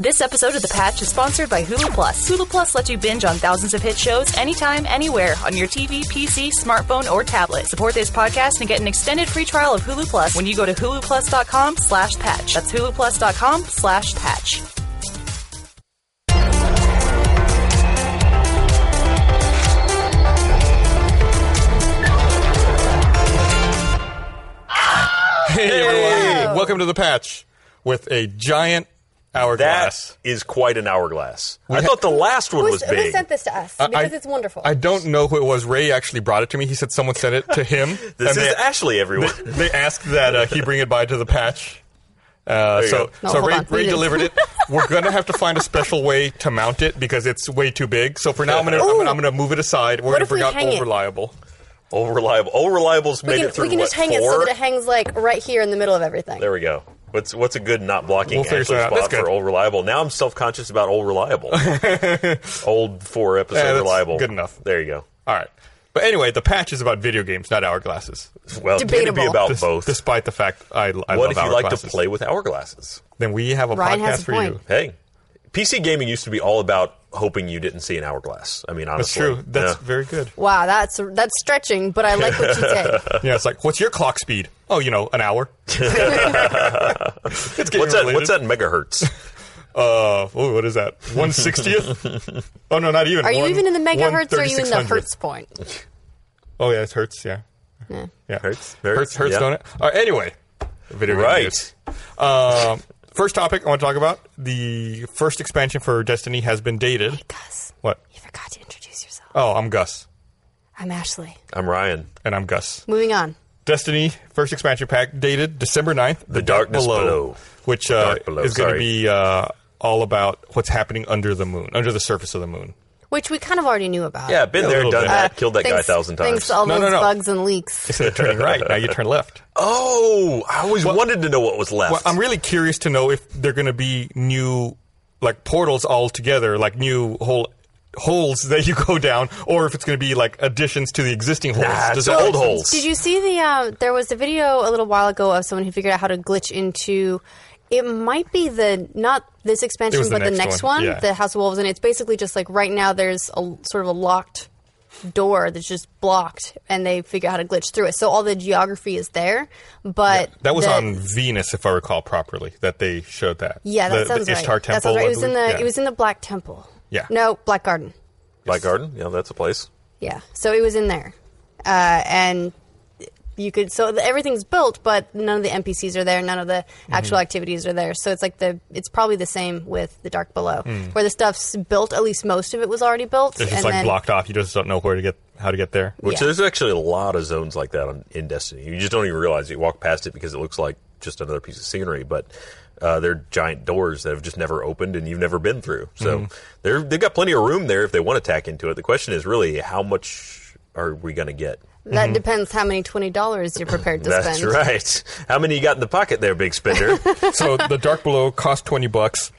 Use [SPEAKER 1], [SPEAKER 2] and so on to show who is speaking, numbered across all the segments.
[SPEAKER 1] This episode of The Patch is sponsored by Hulu Plus. Hulu Plus lets you binge on thousands of hit shows anytime, anywhere, on your TV, PC, smartphone, or tablet. Support this podcast and get an extended free trial of Hulu Plus when you go to huluplus.com slash patch. That's huluplus.com slash patch.
[SPEAKER 2] Hey, everyone. Welcome to The Patch with a giant
[SPEAKER 3] That
[SPEAKER 2] hourglass.
[SPEAKER 3] is quite an hourglass. I thought the last one
[SPEAKER 4] Who,
[SPEAKER 3] was
[SPEAKER 4] s- who
[SPEAKER 3] big.
[SPEAKER 4] sent this to us?
[SPEAKER 2] I-
[SPEAKER 4] Because
[SPEAKER 2] I-
[SPEAKER 4] it's wonderful.
[SPEAKER 2] I don't know who it was. Ray actually brought it to me. He said someone sent it to him.
[SPEAKER 3] This is
[SPEAKER 2] and they,
[SPEAKER 3] Ashley, everyone.
[SPEAKER 2] they, they asked that uh, he bring it by to the patch. Uh,
[SPEAKER 3] you
[SPEAKER 2] so
[SPEAKER 3] go.
[SPEAKER 5] No,
[SPEAKER 2] so
[SPEAKER 5] hold
[SPEAKER 2] Ray,
[SPEAKER 5] on.
[SPEAKER 2] Ray
[SPEAKER 5] Leave it.
[SPEAKER 2] delivered it. We're gonna have to find a special way to mount it because it's way too big. So for now, I'm gonna I'm, gonna- I'm gonna move it aside. We're
[SPEAKER 4] What
[SPEAKER 2] gonna
[SPEAKER 4] if we
[SPEAKER 2] bring out
[SPEAKER 4] hang
[SPEAKER 2] old
[SPEAKER 4] it?
[SPEAKER 2] reliable.
[SPEAKER 3] Old reliable. Old reliable's
[SPEAKER 4] we
[SPEAKER 3] made
[SPEAKER 4] can,
[SPEAKER 3] it through
[SPEAKER 4] we can
[SPEAKER 3] what,
[SPEAKER 4] just hang it so
[SPEAKER 3] four?
[SPEAKER 4] that it hangs like right here in the middle of everything.
[SPEAKER 3] There we go. What's what's a good not blocking
[SPEAKER 2] We'll figure
[SPEAKER 3] Ashley
[SPEAKER 2] something out.
[SPEAKER 3] spot
[SPEAKER 2] That's
[SPEAKER 3] for
[SPEAKER 2] good.
[SPEAKER 3] old reliable? Now I'm self conscious about old reliable. old four episode
[SPEAKER 2] Yeah, that's
[SPEAKER 3] reliable.
[SPEAKER 2] good enough.
[SPEAKER 3] There you go.
[SPEAKER 2] All right. But anyway, the patch is about video games, not hourglasses.
[SPEAKER 3] Well, it'd be
[SPEAKER 5] Debatable.
[SPEAKER 3] about
[SPEAKER 2] Des-
[SPEAKER 3] both.
[SPEAKER 2] Despite the fact I, I
[SPEAKER 3] what
[SPEAKER 2] love
[SPEAKER 3] if you like to
[SPEAKER 2] hourglasses.
[SPEAKER 3] play with hourglasses?
[SPEAKER 2] Then we have a
[SPEAKER 5] Ryan
[SPEAKER 2] podcast
[SPEAKER 5] has a
[SPEAKER 2] for you.
[SPEAKER 5] point.
[SPEAKER 3] Hey, PC gaming used to be all about hoping you didn't see an hourglass. I mean,
[SPEAKER 2] That's
[SPEAKER 3] honestly,
[SPEAKER 2] true. That's
[SPEAKER 3] Yeah.
[SPEAKER 2] very good.
[SPEAKER 5] Wow, that's that's stretching, but I like what you did.
[SPEAKER 2] Yeah, it's like, what's your clock speed? Oh, you know, an hour. it's getting
[SPEAKER 3] what's that?
[SPEAKER 2] related.
[SPEAKER 3] What's that in megahertz?
[SPEAKER 2] Uh, ooh, what is that? One sixtieth? oh no, not even.
[SPEAKER 5] Are you
[SPEAKER 2] One-
[SPEAKER 5] even in the megahertz or are you in the
[SPEAKER 2] 13600th.
[SPEAKER 5] hertz point?
[SPEAKER 2] Oh yeah, it's hertz. Yeah,
[SPEAKER 5] Yeah.
[SPEAKER 2] yeah,
[SPEAKER 3] Hertz,
[SPEAKER 2] hertz,
[SPEAKER 3] hertz,
[SPEAKER 2] hertz.
[SPEAKER 3] yeah.
[SPEAKER 2] Don't it? All right, anyway, video game
[SPEAKER 3] Right.
[SPEAKER 2] news. Um, first topic I want to talk about: the first expansion for Destiny has been dated.
[SPEAKER 5] Gus,
[SPEAKER 2] What?
[SPEAKER 5] you forgot to introduce yourself.
[SPEAKER 2] Oh, I'm Gus,
[SPEAKER 5] I'm Ashley.
[SPEAKER 3] I'm Ryan.
[SPEAKER 2] and I'm Gus.
[SPEAKER 5] Moving on.
[SPEAKER 2] Destiny first expansion pack dated December 9th, The,
[SPEAKER 3] Darkness Below.
[SPEAKER 2] which uh,
[SPEAKER 3] Dark Below,
[SPEAKER 2] is going to
[SPEAKER 3] sorry.
[SPEAKER 2] be uh, all about what's happening under the moon, under the surface of the moon.
[SPEAKER 5] Which we kind of already knew about.
[SPEAKER 3] Yeah, been
[SPEAKER 2] A
[SPEAKER 3] there,
[SPEAKER 2] little
[SPEAKER 3] done
[SPEAKER 2] bit.
[SPEAKER 3] that. Killed that guy a
[SPEAKER 5] Thanks-
[SPEAKER 3] thousand times.
[SPEAKER 5] Thanks to all
[SPEAKER 2] No, no,
[SPEAKER 5] those
[SPEAKER 2] no.
[SPEAKER 5] bugs and leaks.
[SPEAKER 2] Instead of turning right, now you turn left.
[SPEAKER 3] Oh, I always wanted to know what was left.
[SPEAKER 2] Well, I'm really curious to know if they're going to be new, like portals altogether, like new whole holes that you go down, or if it's going to be like additions to the existing holes.
[SPEAKER 3] Nah, Ah, it's
[SPEAKER 2] that
[SPEAKER 3] old
[SPEAKER 2] make sense?
[SPEAKER 3] holes.
[SPEAKER 5] Did you see the? Uh, there was a video a little while ago of someone who figured out how to glitch into. It might be the not this
[SPEAKER 2] It
[SPEAKER 5] expansion,
[SPEAKER 2] was the
[SPEAKER 5] but the
[SPEAKER 2] next
[SPEAKER 5] next
[SPEAKER 2] one,
[SPEAKER 5] one,
[SPEAKER 2] yeah.
[SPEAKER 5] the House of Wolves, and it's basically just like right now there's a sort of a locked door that's just blocked, and they figure out how to glitch through it. So all the geography is there, but
[SPEAKER 2] That was
[SPEAKER 5] the-
[SPEAKER 2] on Venus, if I recall properly, that they showed that.
[SPEAKER 5] Yeah,
[SPEAKER 2] the,
[SPEAKER 5] that sounds
[SPEAKER 2] the
[SPEAKER 5] right.
[SPEAKER 2] Ishtar Temple.
[SPEAKER 5] that sounds right.
[SPEAKER 2] I
[SPEAKER 5] It was in the
[SPEAKER 2] believe. Yeah.
[SPEAKER 5] it was in the Black Temple.
[SPEAKER 2] Yeah.
[SPEAKER 5] No, Black Garden.
[SPEAKER 3] Black Garden, yeah, that's a place.
[SPEAKER 5] Yeah. So it was in there, uh, and you could so the, everything's built, but none of the NPCs are there. None of the
[SPEAKER 3] Mm-hmm.
[SPEAKER 5] actual activities are there. So it's like the it's probably the same with the Dark Below,
[SPEAKER 3] Mm.
[SPEAKER 5] where the stuff's built. At least most of it was already built,
[SPEAKER 2] It's
[SPEAKER 5] and
[SPEAKER 2] just like
[SPEAKER 5] then
[SPEAKER 2] blocked off. You just don't know where to get how to get there.
[SPEAKER 3] Which
[SPEAKER 5] Yeah.
[SPEAKER 3] there's actually a lot of zones like that on, in Destiny. You just don't even realize it. You walk past it because it looks like just another piece of scenery, but uh, they're giant doors that have just never opened and you've never been through. So they're, they've got plenty of room there if they want to tack into it. The question is really how much are we going to get?
[SPEAKER 5] that depends how many twenty dollars you're prepared to
[SPEAKER 3] Mm-hmm. That's
[SPEAKER 5] spend.
[SPEAKER 3] right. How many you got in the pocket there, big spender?
[SPEAKER 2] so the Dark Below costs twenty bucks,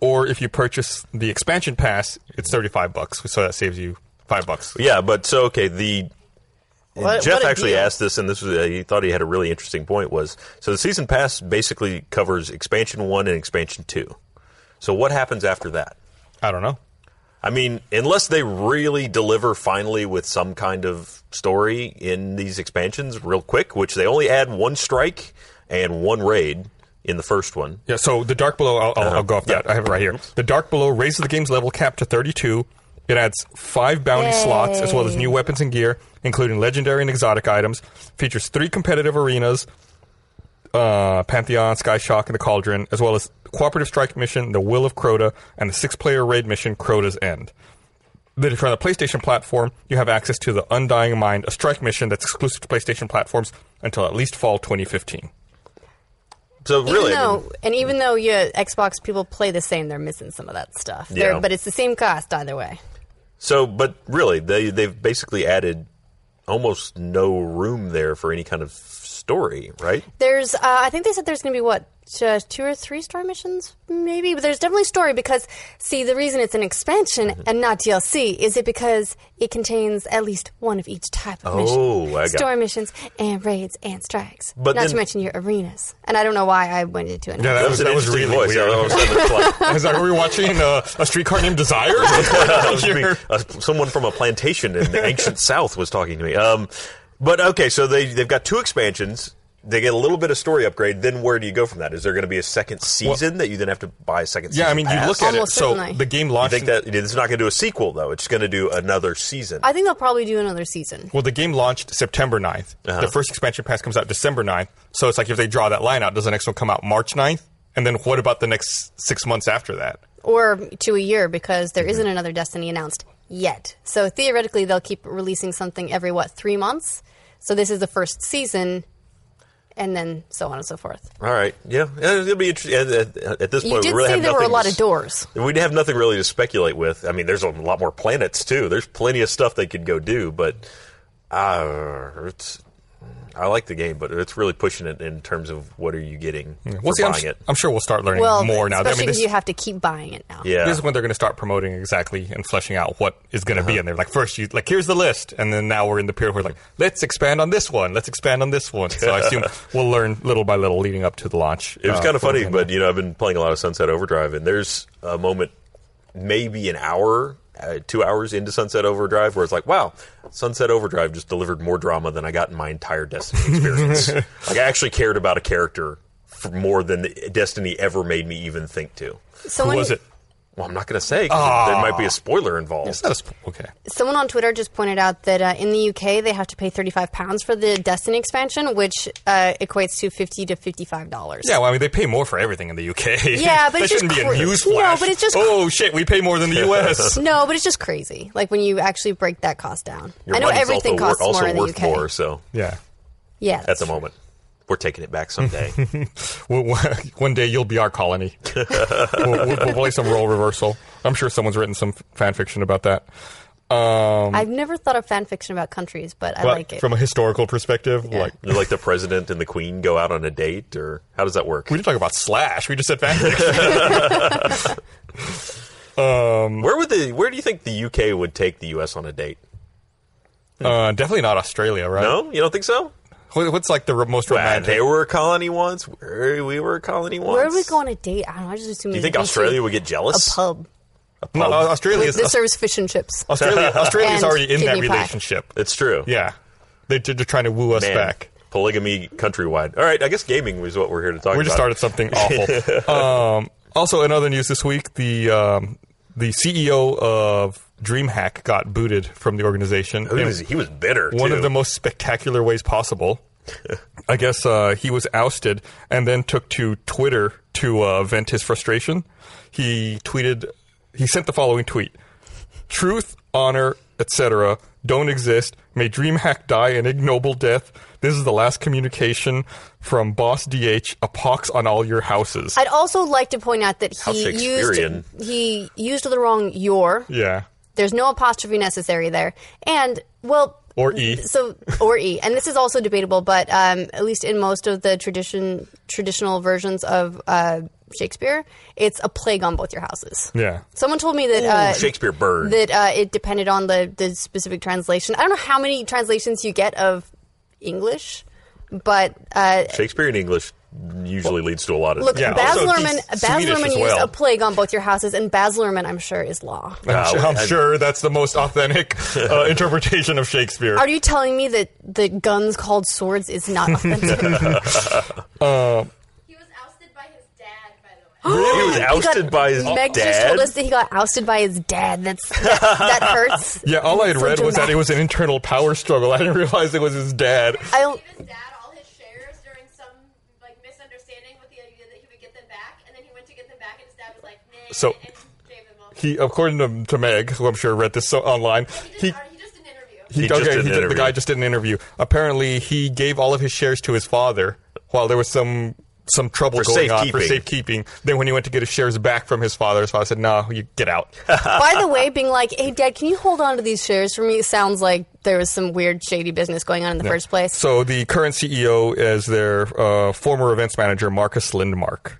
[SPEAKER 2] or if you purchase the expansion pass, it's thirty five bucks. So that saves you five bucks.
[SPEAKER 3] Yeah, but so okay, the
[SPEAKER 5] What-
[SPEAKER 3] Jeff
[SPEAKER 5] what a
[SPEAKER 3] actually
[SPEAKER 5] deal.
[SPEAKER 3] asked this, and this was uh, he thought he had a really interesting point. Was so the season pass basically covers expansion one and expansion two. So what happens after that?
[SPEAKER 2] I don't know.
[SPEAKER 3] I mean, unless they really deliver finally with some kind of story in these expansions real quick, which they only add one strike and one raid in the first one.
[SPEAKER 2] Yeah, so the Dark Below, I'll, I'll, I'll go off that. I have it right here. The Dark Below raises the game's level cap to 32. It adds five bounty slots, as well as new weapons and gear, including legendary and exotic items. Features three competitive arenas uh, Pantheon, Sky Shock, and the Cauldron, as well as Cooperative Strike Mission, The Will of Crota, and the six player raid mission, Crota's End. Then if you're on the PlayStation platform, you have access to the Undying Mind, a strike mission that's exclusive to PlayStation platforms until at least fall 2015.
[SPEAKER 3] So really, I
[SPEAKER 5] Even
[SPEAKER 3] mean,
[SPEAKER 5] though, and even though your Xbox people play the same, they're missing some of that stuff. They're-
[SPEAKER 3] Yeah.
[SPEAKER 5] But it's the same cost either way.
[SPEAKER 3] So, but really, they they've basically added almost no room there for any kind of s- story, right?
[SPEAKER 5] There's, uh, I think they said there's going to be what uh, two or three story missions, maybe. But there's definitely story because, see, the reason it's an expansion
[SPEAKER 3] Mm-hmm.
[SPEAKER 5] and not DLC is it because it contains at least one of each type of
[SPEAKER 3] Oh,
[SPEAKER 5] mission:
[SPEAKER 3] I got
[SPEAKER 5] story missions and raids and strikes.
[SPEAKER 3] But
[SPEAKER 5] not
[SPEAKER 3] then-
[SPEAKER 5] to mention your arenas. And I don't know why I went into it.
[SPEAKER 2] Yeah, that was,
[SPEAKER 3] an
[SPEAKER 2] that was
[SPEAKER 3] interesting
[SPEAKER 2] really
[SPEAKER 3] voice.
[SPEAKER 2] weird.
[SPEAKER 3] Yeah, all of a sudden it's like-
[SPEAKER 2] As I were watching uh, a streetcar named Desire. What's going
[SPEAKER 3] That
[SPEAKER 2] on
[SPEAKER 3] was me.
[SPEAKER 2] here?
[SPEAKER 3] Uh, someone from a plantation in the ancient South was talking to me. Um, but okay, so they they've got two expansions. They get a little bit of story upgrade. Then where do you go from that? Is there going to be a second season that you then have to buy a second?
[SPEAKER 2] Yeah, I
[SPEAKER 3] season
[SPEAKER 2] mean, you
[SPEAKER 3] pass?
[SPEAKER 2] look at it.
[SPEAKER 5] Almost
[SPEAKER 2] So
[SPEAKER 5] certainly.
[SPEAKER 2] the game
[SPEAKER 3] You
[SPEAKER 2] launched.
[SPEAKER 3] think that it's not going to do a sequel though? It's going to do another season.
[SPEAKER 5] I think they'll probably do another season.
[SPEAKER 2] well, the game launched September 9th.
[SPEAKER 3] Uh-huh.
[SPEAKER 2] The first expansion pass comes out December 9th. So it's like if they draw that line out, does the next one come out March 9th? And then what about the next six months after that?
[SPEAKER 5] or to a year because
[SPEAKER 3] Mm-hmm.
[SPEAKER 5] there not another Destiny announced yet. So theoretically, they'll keep releasing something every what three months. So this is the first season, and then so on and so forth.
[SPEAKER 3] All right, yeah, Yeah, it'll be interesting. At, at- at this
[SPEAKER 5] You
[SPEAKER 3] point,
[SPEAKER 5] did
[SPEAKER 3] we really
[SPEAKER 5] say
[SPEAKER 3] have
[SPEAKER 5] there were a
[SPEAKER 3] nothing
[SPEAKER 5] lot
[SPEAKER 3] to
[SPEAKER 5] of doors.
[SPEAKER 3] s- We'd have nothing really to speculate with. I mean, there's a lot more planets too. There's plenty of stuff they could go do, but uh, it's. I like the game, but it's really pushing it in terms of what are you getting
[SPEAKER 2] We'll
[SPEAKER 3] for
[SPEAKER 2] see. I'm,
[SPEAKER 3] buying
[SPEAKER 2] su-
[SPEAKER 3] it.
[SPEAKER 2] I'm sure we'll start learning
[SPEAKER 5] Well,
[SPEAKER 2] more now. I
[SPEAKER 5] especially
[SPEAKER 2] mean,
[SPEAKER 5] because
[SPEAKER 2] this,
[SPEAKER 5] you have to keep buying it now.
[SPEAKER 3] yeah,
[SPEAKER 2] this is when they're going to start promoting exactly and fleshing out what is going to
[SPEAKER 3] Uh-huh.
[SPEAKER 2] be in there. Like first, you like here's the list, and then now we're in the period where like let's expand on this one, let's expand on this one. So I assume we'll learn little by little leading up to the launch.
[SPEAKER 3] It was
[SPEAKER 2] uh,
[SPEAKER 3] kind of
[SPEAKER 2] for the
[SPEAKER 3] funny,
[SPEAKER 2] game.
[SPEAKER 3] but you know, I've been playing a lot of Sunset Overdrive, and there's a moment, maybe an hour, uh, two hours into Sunset Overdrive, where it's like, wow, Sunset Overdrive just delivered more drama than I got in my entire Destiny experience. like, I actually cared about a character for more than Destiny ever made me even think to.
[SPEAKER 5] Someone,
[SPEAKER 2] Who was it?
[SPEAKER 3] Well, I'm not going to say 'cause
[SPEAKER 2] Ah.
[SPEAKER 3] there might be a spoiler involved.
[SPEAKER 2] That was- okay.
[SPEAKER 5] someone on Twitter just pointed out that uh, in the UK they have to pay thirty five pounds for the Destiny expansion, which uh, equates to fifty to fifty five dollars.
[SPEAKER 2] Yeah, well, I mean, they pay more for everything in the UK.
[SPEAKER 5] Yeah,
[SPEAKER 2] that
[SPEAKER 5] but it's just
[SPEAKER 2] shouldn't be
[SPEAKER 5] cra-
[SPEAKER 2] a news
[SPEAKER 5] No,
[SPEAKER 2] flash.
[SPEAKER 5] but it's just-
[SPEAKER 2] oh shit, we pay more than the US.
[SPEAKER 5] No, but it's just crazy. Like when you actually break that cost down.
[SPEAKER 3] Your
[SPEAKER 5] I know
[SPEAKER 3] money's
[SPEAKER 5] everything
[SPEAKER 3] also, wor-
[SPEAKER 5] costs
[SPEAKER 3] also
[SPEAKER 5] more in the
[SPEAKER 3] worth
[SPEAKER 5] UK.
[SPEAKER 3] more, so
[SPEAKER 2] yeah,
[SPEAKER 5] Yeah,
[SPEAKER 3] at
[SPEAKER 5] that's
[SPEAKER 3] the moment, we're taking it back someday.
[SPEAKER 2] Well, one- one day you'll be our colony. we'll, we'll, we'll play some role reversal. I'm sure someone's written some f- fan fiction about that.
[SPEAKER 3] Mm.
[SPEAKER 2] Um,
[SPEAKER 5] I've never thought of fan fiction about countries, but I
[SPEAKER 2] but
[SPEAKER 5] like it.
[SPEAKER 2] from a historical perspective, like
[SPEAKER 3] like the president and the queen go out on a date, or how does that work?
[SPEAKER 2] we didn't talk about slash. We just said fan fiction.
[SPEAKER 3] Where would the Where do you think the UK would take the US on a date?
[SPEAKER 2] uh, definitely not Australia, right?
[SPEAKER 3] No, you don't think so?
[SPEAKER 2] What- What's like the ro- most
[SPEAKER 3] Well,
[SPEAKER 2] romantic?
[SPEAKER 3] they were a colony once. Where we were a colony once.
[SPEAKER 5] Where would we go on a date? I don't know. I just assume.
[SPEAKER 3] Do you think Australia would get
[SPEAKER 5] a
[SPEAKER 3] jealous?
[SPEAKER 5] pub?
[SPEAKER 2] no, uh, Australia is
[SPEAKER 5] This serves fish and chips.
[SPEAKER 2] Australia. Australia's
[SPEAKER 5] And
[SPEAKER 2] already in that
[SPEAKER 5] kidney pie.
[SPEAKER 2] relationship.
[SPEAKER 3] It's true.
[SPEAKER 2] Yeah, they, they're trying to woo us
[SPEAKER 3] Man,
[SPEAKER 2] back.
[SPEAKER 3] polygamy countrywide. All right, I guess gaming was what we're here to talk about.
[SPEAKER 2] We just started something awful. um, also, in other news this week, the um, the CEO of DreamHack got booted from the organization.
[SPEAKER 3] He
[SPEAKER 2] in
[SPEAKER 3] was, he was bitter.
[SPEAKER 2] one
[SPEAKER 3] too.
[SPEAKER 2] of the most spectacular ways possible. I guess uh, he was ousted and then took to Twitter to uh, vent his frustration. He tweeted, he sent the following tweet: "Truth, honor, etc. don't exist. May DreamHack die an ignoble death. This is the last communication from Boss DH. A pox on all your houses."
[SPEAKER 5] I'd also like to point out that
[SPEAKER 3] How
[SPEAKER 5] he
[SPEAKER 3] Shakespearean.
[SPEAKER 5] used he used the wrong your.
[SPEAKER 2] yeah,
[SPEAKER 5] There's no apostrophe necessary there, and well.
[SPEAKER 2] Or E.
[SPEAKER 5] so or e, and this is also debatable, but um, at least in most of the tradition traditional versions of uh, Shakespeare, it's a plague on both your houses.
[SPEAKER 2] yeah.
[SPEAKER 5] Someone told me that uh,
[SPEAKER 3] Shakespeare burned.
[SPEAKER 5] that uh, it depended on the, the specific translation. I don't know how many translations you get of English, but uh,
[SPEAKER 3] Shakespeare in English usually leads to a lot of
[SPEAKER 5] look,
[SPEAKER 2] Yeah,
[SPEAKER 5] Baz
[SPEAKER 2] also
[SPEAKER 5] Luhrmann,
[SPEAKER 2] he's
[SPEAKER 5] Baz
[SPEAKER 2] Swedish as
[SPEAKER 5] Luhrmann used
[SPEAKER 2] well.
[SPEAKER 5] a plague on both your houses, and Baz Luhrmann, I'm sure, is law.
[SPEAKER 2] I'm, su-
[SPEAKER 3] well,
[SPEAKER 2] I'm
[SPEAKER 3] Ah, I-
[SPEAKER 2] sure that's the most authentic uh, interpretation of Shakespeare.
[SPEAKER 5] Are you telling me that the guns called swords is not authentic?
[SPEAKER 2] Uh,
[SPEAKER 6] He was ousted by his dad, by the way.
[SPEAKER 3] He was
[SPEAKER 5] He
[SPEAKER 3] ousted
[SPEAKER 5] got-
[SPEAKER 3] by his
[SPEAKER 5] Meg
[SPEAKER 3] dad.
[SPEAKER 5] just told us that he got ousted by his dad. That's that, that hurts.
[SPEAKER 2] Yeah, all I had
[SPEAKER 5] So
[SPEAKER 2] read was that
[SPEAKER 5] dramatic.
[SPEAKER 2] it was an internal power struggle. I didn't realize it was his dad.
[SPEAKER 5] I don't.
[SPEAKER 6] Gave his dad all his shares during some like misunderstanding with the idea that he would get them back, and then he went to get them back, and his dad was like, "Nah,"
[SPEAKER 2] So-
[SPEAKER 6] and gave them all.
[SPEAKER 2] He, according to, to Meg, who I'm sure read this so, online,
[SPEAKER 6] He
[SPEAKER 2] he.
[SPEAKER 6] just, he just did an interview.
[SPEAKER 2] He,
[SPEAKER 3] He just did an
[SPEAKER 2] did- the
[SPEAKER 3] interview.
[SPEAKER 2] guy just did an interview. Apparently, he gave all of his shares to his father while there was some some trouble
[SPEAKER 3] For
[SPEAKER 2] going on for
[SPEAKER 3] safekeeping.
[SPEAKER 2] safekeeping. Then when he went to get his shares back from his father, his father said, "No, you get out."
[SPEAKER 5] By the way, being like, "Hey, Dad, can you hold on to these shares for me?" sounds like there was some weird, shady business going on in the first place.
[SPEAKER 2] So the current CEO is their uh, former events manager, Marcus Lindmark.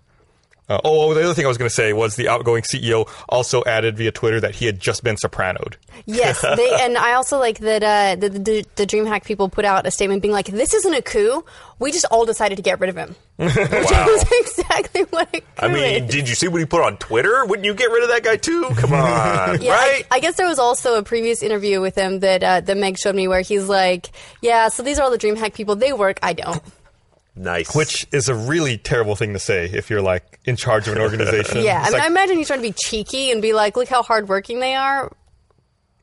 [SPEAKER 2] Uh, oh, the other thing I was going to say was the outgoing CEO also added via Twitter that he had just been sopranoed.
[SPEAKER 5] Yes, they, and I also like that uh, the, the, the DreamHack people put out a statement being like, "This isn't a coup. We just all decided to get rid of him."
[SPEAKER 3] Wow.
[SPEAKER 5] That's exactly what a coup
[SPEAKER 3] I mean,
[SPEAKER 5] is.
[SPEAKER 3] did you see what he put on Twitter? Wouldn't you get rid of that guy too? Come on,
[SPEAKER 5] Yeah, I-
[SPEAKER 3] right?
[SPEAKER 5] I, guess there was also a previous interview with him that uh, that Meg showed me where he's like, "Yeah, so these are all the DreamHack people. They work. I don't."
[SPEAKER 3] nice.
[SPEAKER 2] Which is a really terrible thing to say if you're like in charge of an organization.
[SPEAKER 5] Yeah, I
[SPEAKER 2] it's
[SPEAKER 5] mean,
[SPEAKER 2] like,
[SPEAKER 5] I imagine he's trying to be cheeky and be like, "Look how hardworking they are."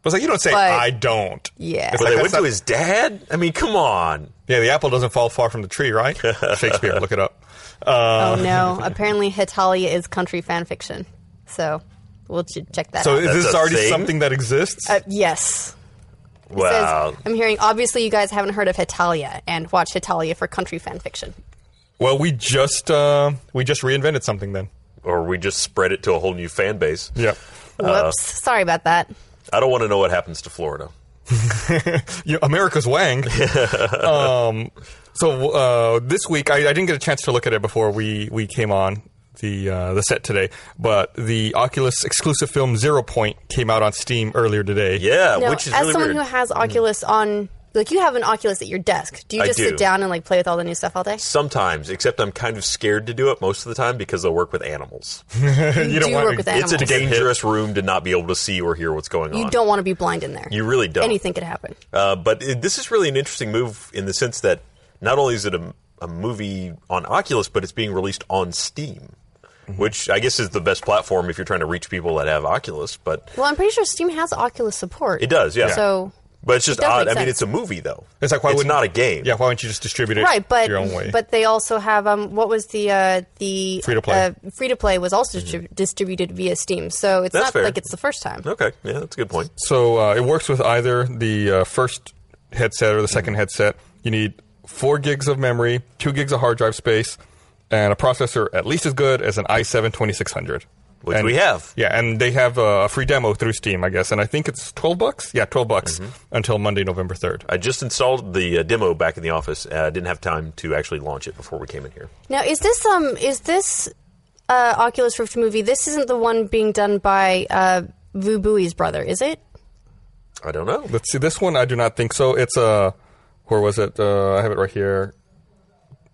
[SPEAKER 2] it's like you don't say
[SPEAKER 5] but-
[SPEAKER 2] I don't.
[SPEAKER 5] Yeah.
[SPEAKER 2] It's
[SPEAKER 3] Well,
[SPEAKER 2] like,
[SPEAKER 3] they
[SPEAKER 2] that's
[SPEAKER 3] went
[SPEAKER 2] not-
[SPEAKER 3] to his dad. I mean, come on.
[SPEAKER 2] yeah, the apple doesn't fall far from the tree, right? Shakespeare, look it up.
[SPEAKER 5] Oh no! Apparently, Hitalia is country fan fiction, so we'll ch- check that
[SPEAKER 2] So
[SPEAKER 5] out.
[SPEAKER 2] is this
[SPEAKER 3] a
[SPEAKER 2] already
[SPEAKER 3] thing?
[SPEAKER 2] something that exists?
[SPEAKER 5] Uh, yes. It says,
[SPEAKER 3] Wow.
[SPEAKER 5] I'm hearing. Obviously, you guys haven't heard of Hitalia, and watch Hitalia for country fan fiction.
[SPEAKER 2] well, we just uh, we just reinvented something then.
[SPEAKER 3] Or we just spread it to a whole new fan base.
[SPEAKER 2] Yeah.
[SPEAKER 5] Whoops! Sorry about that.
[SPEAKER 3] I don't want to know what happens to Florida.
[SPEAKER 2] you know, America's Wang. um, so uh, this week, I, I didn't get a chance to look at it before we, we came on the uh, the set today, but the Oculus exclusive film Zero Point came out on Steam earlier today.
[SPEAKER 3] Yeah,
[SPEAKER 5] No,
[SPEAKER 3] Uh, which is
[SPEAKER 5] as
[SPEAKER 3] really
[SPEAKER 5] someone
[SPEAKER 3] weird.
[SPEAKER 5] who has Oculus on, like you have an Oculus at your desk. Do you
[SPEAKER 3] I
[SPEAKER 5] just
[SPEAKER 3] do.
[SPEAKER 5] sit down and like play with all the new stuff all day?
[SPEAKER 3] Sometimes, except I'm kind of scared to do it most of the time because they'll work with animals.
[SPEAKER 2] you
[SPEAKER 5] do work with
[SPEAKER 3] It's a
[SPEAKER 5] Animals.
[SPEAKER 3] dangerous room to not be able to see or hear what's going on.
[SPEAKER 5] You don't want to be blind in there.
[SPEAKER 3] You really don't.
[SPEAKER 5] Anything could happen.
[SPEAKER 3] Uh, but it, this is really an interesting move in the sense that not only is it a, a movie on Oculus, but it's being released on Steam,
[SPEAKER 5] Mm-hmm.
[SPEAKER 3] which I guess is the best platform if you're trying to reach people that have Oculus. But
[SPEAKER 5] Well, I'm pretty sure Steam has Oculus support.
[SPEAKER 3] it does, yeah.
[SPEAKER 5] So
[SPEAKER 3] but it's just
[SPEAKER 5] it does
[SPEAKER 3] odd.
[SPEAKER 5] make
[SPEAKER 3] I mean,
[SPEAKER 5] sense.
[SPEAKER 3] it's a movie though.
[SPEAKER 2] It's like why
[SPEAKER 3] it's
[SPEAKER 2] wouldn't
[SPEAKER 3] not a game.
[SPEAKER 2] Yeah, why wouldn't you just distribute it
[SPEAKER 5] right, but
[SPEAKER 2] your own way?
[SPEAKER 5] but they also have um, what was the uh, the
[SPEAKER 2] Free-to-play. Mm-hmm.
[SPEAKER 5] uh, free to play was also distrib- distributed via Steam, so it's
[SPEAKER 3] That's
[SPEAKER 5] not
[SPEAKER 3] fair.
[SPEAKER 5] like it's the first time.
[SPEAKER 3] Okay. Yeah, that's a good point.
[SPEAKER 2] So uh, it works with either the uh, first headset or the second
[SPEAKER 3] Mm-hmm.
[SPEAKER 2] headset. You need four gigs of memory, two gigs of hard drive space, and a processor at least as good as an i7 2600.
[SPEAKER 3] Which
[SPEAKER 2] And-
[SPEAKER 3] we have.
[SPEAKER 2] Yeah, and they have uh, a free demo through Steam, I guess. And I think it's 12 bucks? Yeah, 12 bucks
[SPEAKER 3] Mm-hmm.
[SPEAKER 2] until Monday, November 3rd.
[SPEAKER 3] I just installed the uh, demo back in the office. Uh, I didn't have time to actually launch it before we came in here.
[SPEAKER 5] Now, is this um is this uh, Oculus Rift movie? This isn't the one being done by uh, Vu Bui's brother, is it?
[SPEAKER 3] I don't know.
[SPEAKER 2] Let's see, this one I do not think so. It's Uh, where was it? Uh, I have it right here.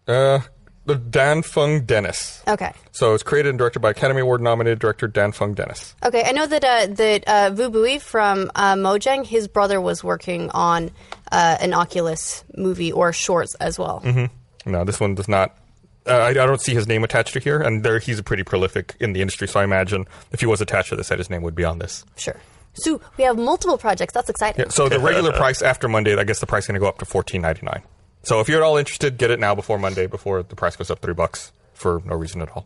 [SPEAKER 2] Uh, the Dan Fung Dennis.
[SPEAKER 5] Okay.
[SPEAKER 2] So it's created and directed by Academy Award nominated director Dan Fung Dennis.
[SPEAKER 5] Okay, I know that uh, that uh, Vu Bui from uh, Mojang, his brother was working on uh, an Oculus movie or shorts as well.
[SPEAKER 2] Mm-hmm. No, this one does not. Uh, I, I don't see his name attached to here, and there he's pretty prolific in the industry. So I imagine if he was attached to this, that his name would be on this.
[SPEAKER 5] Sure. So we have multiple projects. That's exciting.
[SPEAKER 2] Yeah, so the regular price after Monday, I guess the price is going to go up to fourteen ninety nine. So if you're at all interested, get it now before Monday, before the price goes up three bucks for no reason at all.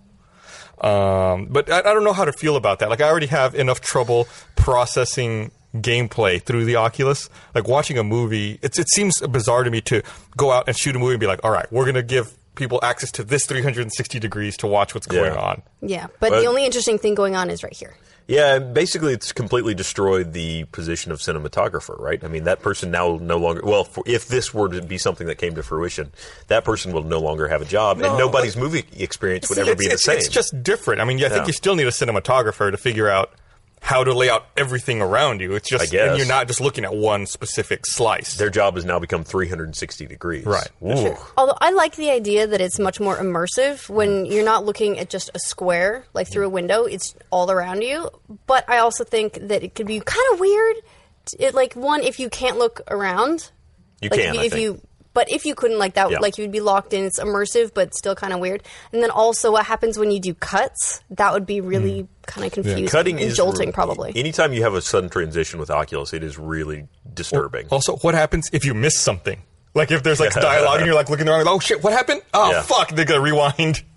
[SPEAKER 2] Um, but I, I don't know how to feel about that. Like I already have enough trouble processing gameplay through the Oculus. Like watching a movie, it's, it seems bizarre to me to go out and shoot a movie and be like, "All right, we're going to give people access to this 360 degrees to watch what's going
[SPEAKER 3] Yeah.
[SPEAKER 2] on."
[SPEAKER 5] Yeah, but,
[SPEAKER 3] But-
[SPEAKER 5] the only interesting thing going on is right here.
[SPEAKER 3] Yeah, basically, it's completely destroyed the position of cinematographer, right? I mean, that person now no longer. Well, for, if this were to be something that came to fruition, that person will no longer have a job, and nobody's movie experience would ever
[SPEAKER 2] it's,
[SPEAKER 3] be the
[SPEAKER 2] it's-
[SPEAKER 3] same.
[SPEAKER 2] it's just different. I mean, yeah, I think
[SPEAKER 3] Yeah.
[SPEAKER 2] you still need a cinematographer to figure out how to lay out everything around you. It's just,
[SPEAKER 3] I guess.
[SPEAKER 2] and you're not just looking at one specific slice.
[SPEAKER 3] Their job has now become 360 degrees.
[SPEAKER 2] Right.
[SPEAKER 3] Ooh.
[SPEAKER 5] Although I like the idea that it's much more immersive when you're not looking at just a square, like through a window, it's all around you. But I also think that it could be kind of weird. t- It, like, one, if you can't look around.
[SPEAKER 3] You
[SPEAKER 5] like,
[SPEAKER 3] can,
[SPEAKER 5] If you,
[SPEAKER 3] I
[SPEAKER 5] if
[SPEAKER 3] think.
[SPEAKER 5] you but if you couldn't like that,
[SPEAKER 3] Yeah.
[SPEAKER 5] like you'd be locked in. It's immersive, but still kind of weird. And then also, what happens when you do cuts? That would be really kind of confusing,
[SPEAKER 3] Hmm. Cutting
[SPEAKER 5] and
[SPEAKER 3] is
[SPEAKER 5] jolting,
[SPEAKER 3] re-
[SPEAKER 5] probably.
[SPEAKER 3] Anytime you have a sudden transition with Oculus, it is really disturbing.
[SPEAKER 2] Also, what happens if you miss something? Like if there's like dialogue and you're like looking around, like, oh shit, what happened? Oh
[SPEAKER 3] Yeah.
[SPEAKER 2] fuck, they gotta rewind.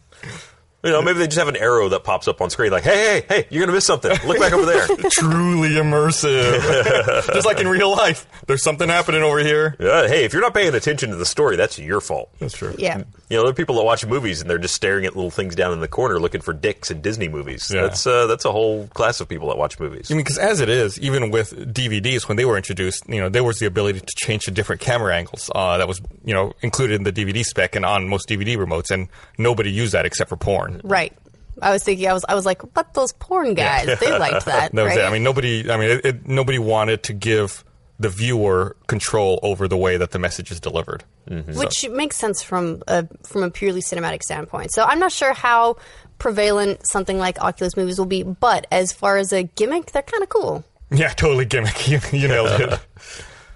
[SPEAKER 3] You know, maybe they just have an arrow that pops up on screen, like, "Hey, hey, hey! You're gonna miss something. Look back over there."
[SPEAKER 2] Truly immersive. Just like in real life. There's something happening over here.
[SPEAKER 3] Uh, hey, if you're not paying attention to the story, that's your fault.
[SPEAKER 2] That's true.
[SPEAKER 5] Yeah.
[SPEAKER 3] You know, there are people that watch movies and they're just staring at little things down in the corner, looking for dicks in Disney movies.
[SPEAKER 2] Yeah.
[SPEAKER 3] That's uh, that's a whole class of people that watch movies.
[SPEAKER 2] I mean, because as it is, even with DVDs, when they were introduced, you know, there was the ability to change to different camera angles uh, that was, you know, included in the DVD spec and on most DVD remotes, and nobody used that except for porn.
[SPEAKER 5] Right. I was thinking. I was. I was like, but those porn guys, they liked that.
[SPEAKER 2] That was
[SPEAKER 5] right?
[SPEAKER 2] it. I mean, nobody. I mean, it, it, nobody wanted to give the viewer control over the way that the message is delivered.
[SPEAKER 5] which makes sense from a from a purely cinematic standpoint. So I'm not sure how prevalent something like Oculus movies will be, but as far as a gimmick, they're kind of cool.
[SPEAKER 2] Yeah, totally gimmick. You, you nailed it.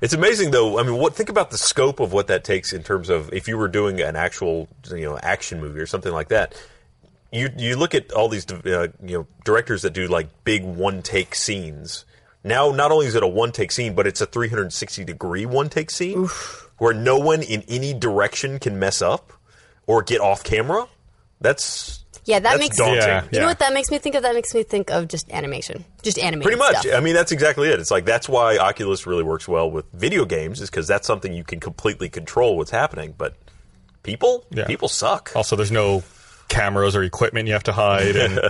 [SPEAKER 3] It's amazing, though. I mean, what think about the scope of what that takes in terms of if you were doing an actual, you know, action movie or something like that. You you look at all these, uh, you know, directors that do like big one take scenes. Now, not only is it a one take scene, but it's a 360 degree one take scene where no one in any direction can mess up or get off camera. That's
[SPEAKER 5] Yeah, that
[SPEAKER 3] that's
[SPEAKER 5] makes
[SPEAKER 3] daunting.
[SPEAKER 2] Yeah.
[SPEAKER 5] You know what that makes me think of? That makes me think of just animation, just animated
[SPEAKER 3] Pretty much.
[SPEAKER 5] stuff.
[SPEAKER 3] I mean, that's exactly it. It's like that's why Oculus really works well with video games, is because that's something you can completely control what's happening. But people,
[SPEAKER 2] Yeah.
[SPEAKER 3] people suck.
[SPEAKER 2] Also, there's no cameras or equipment you have to hide, and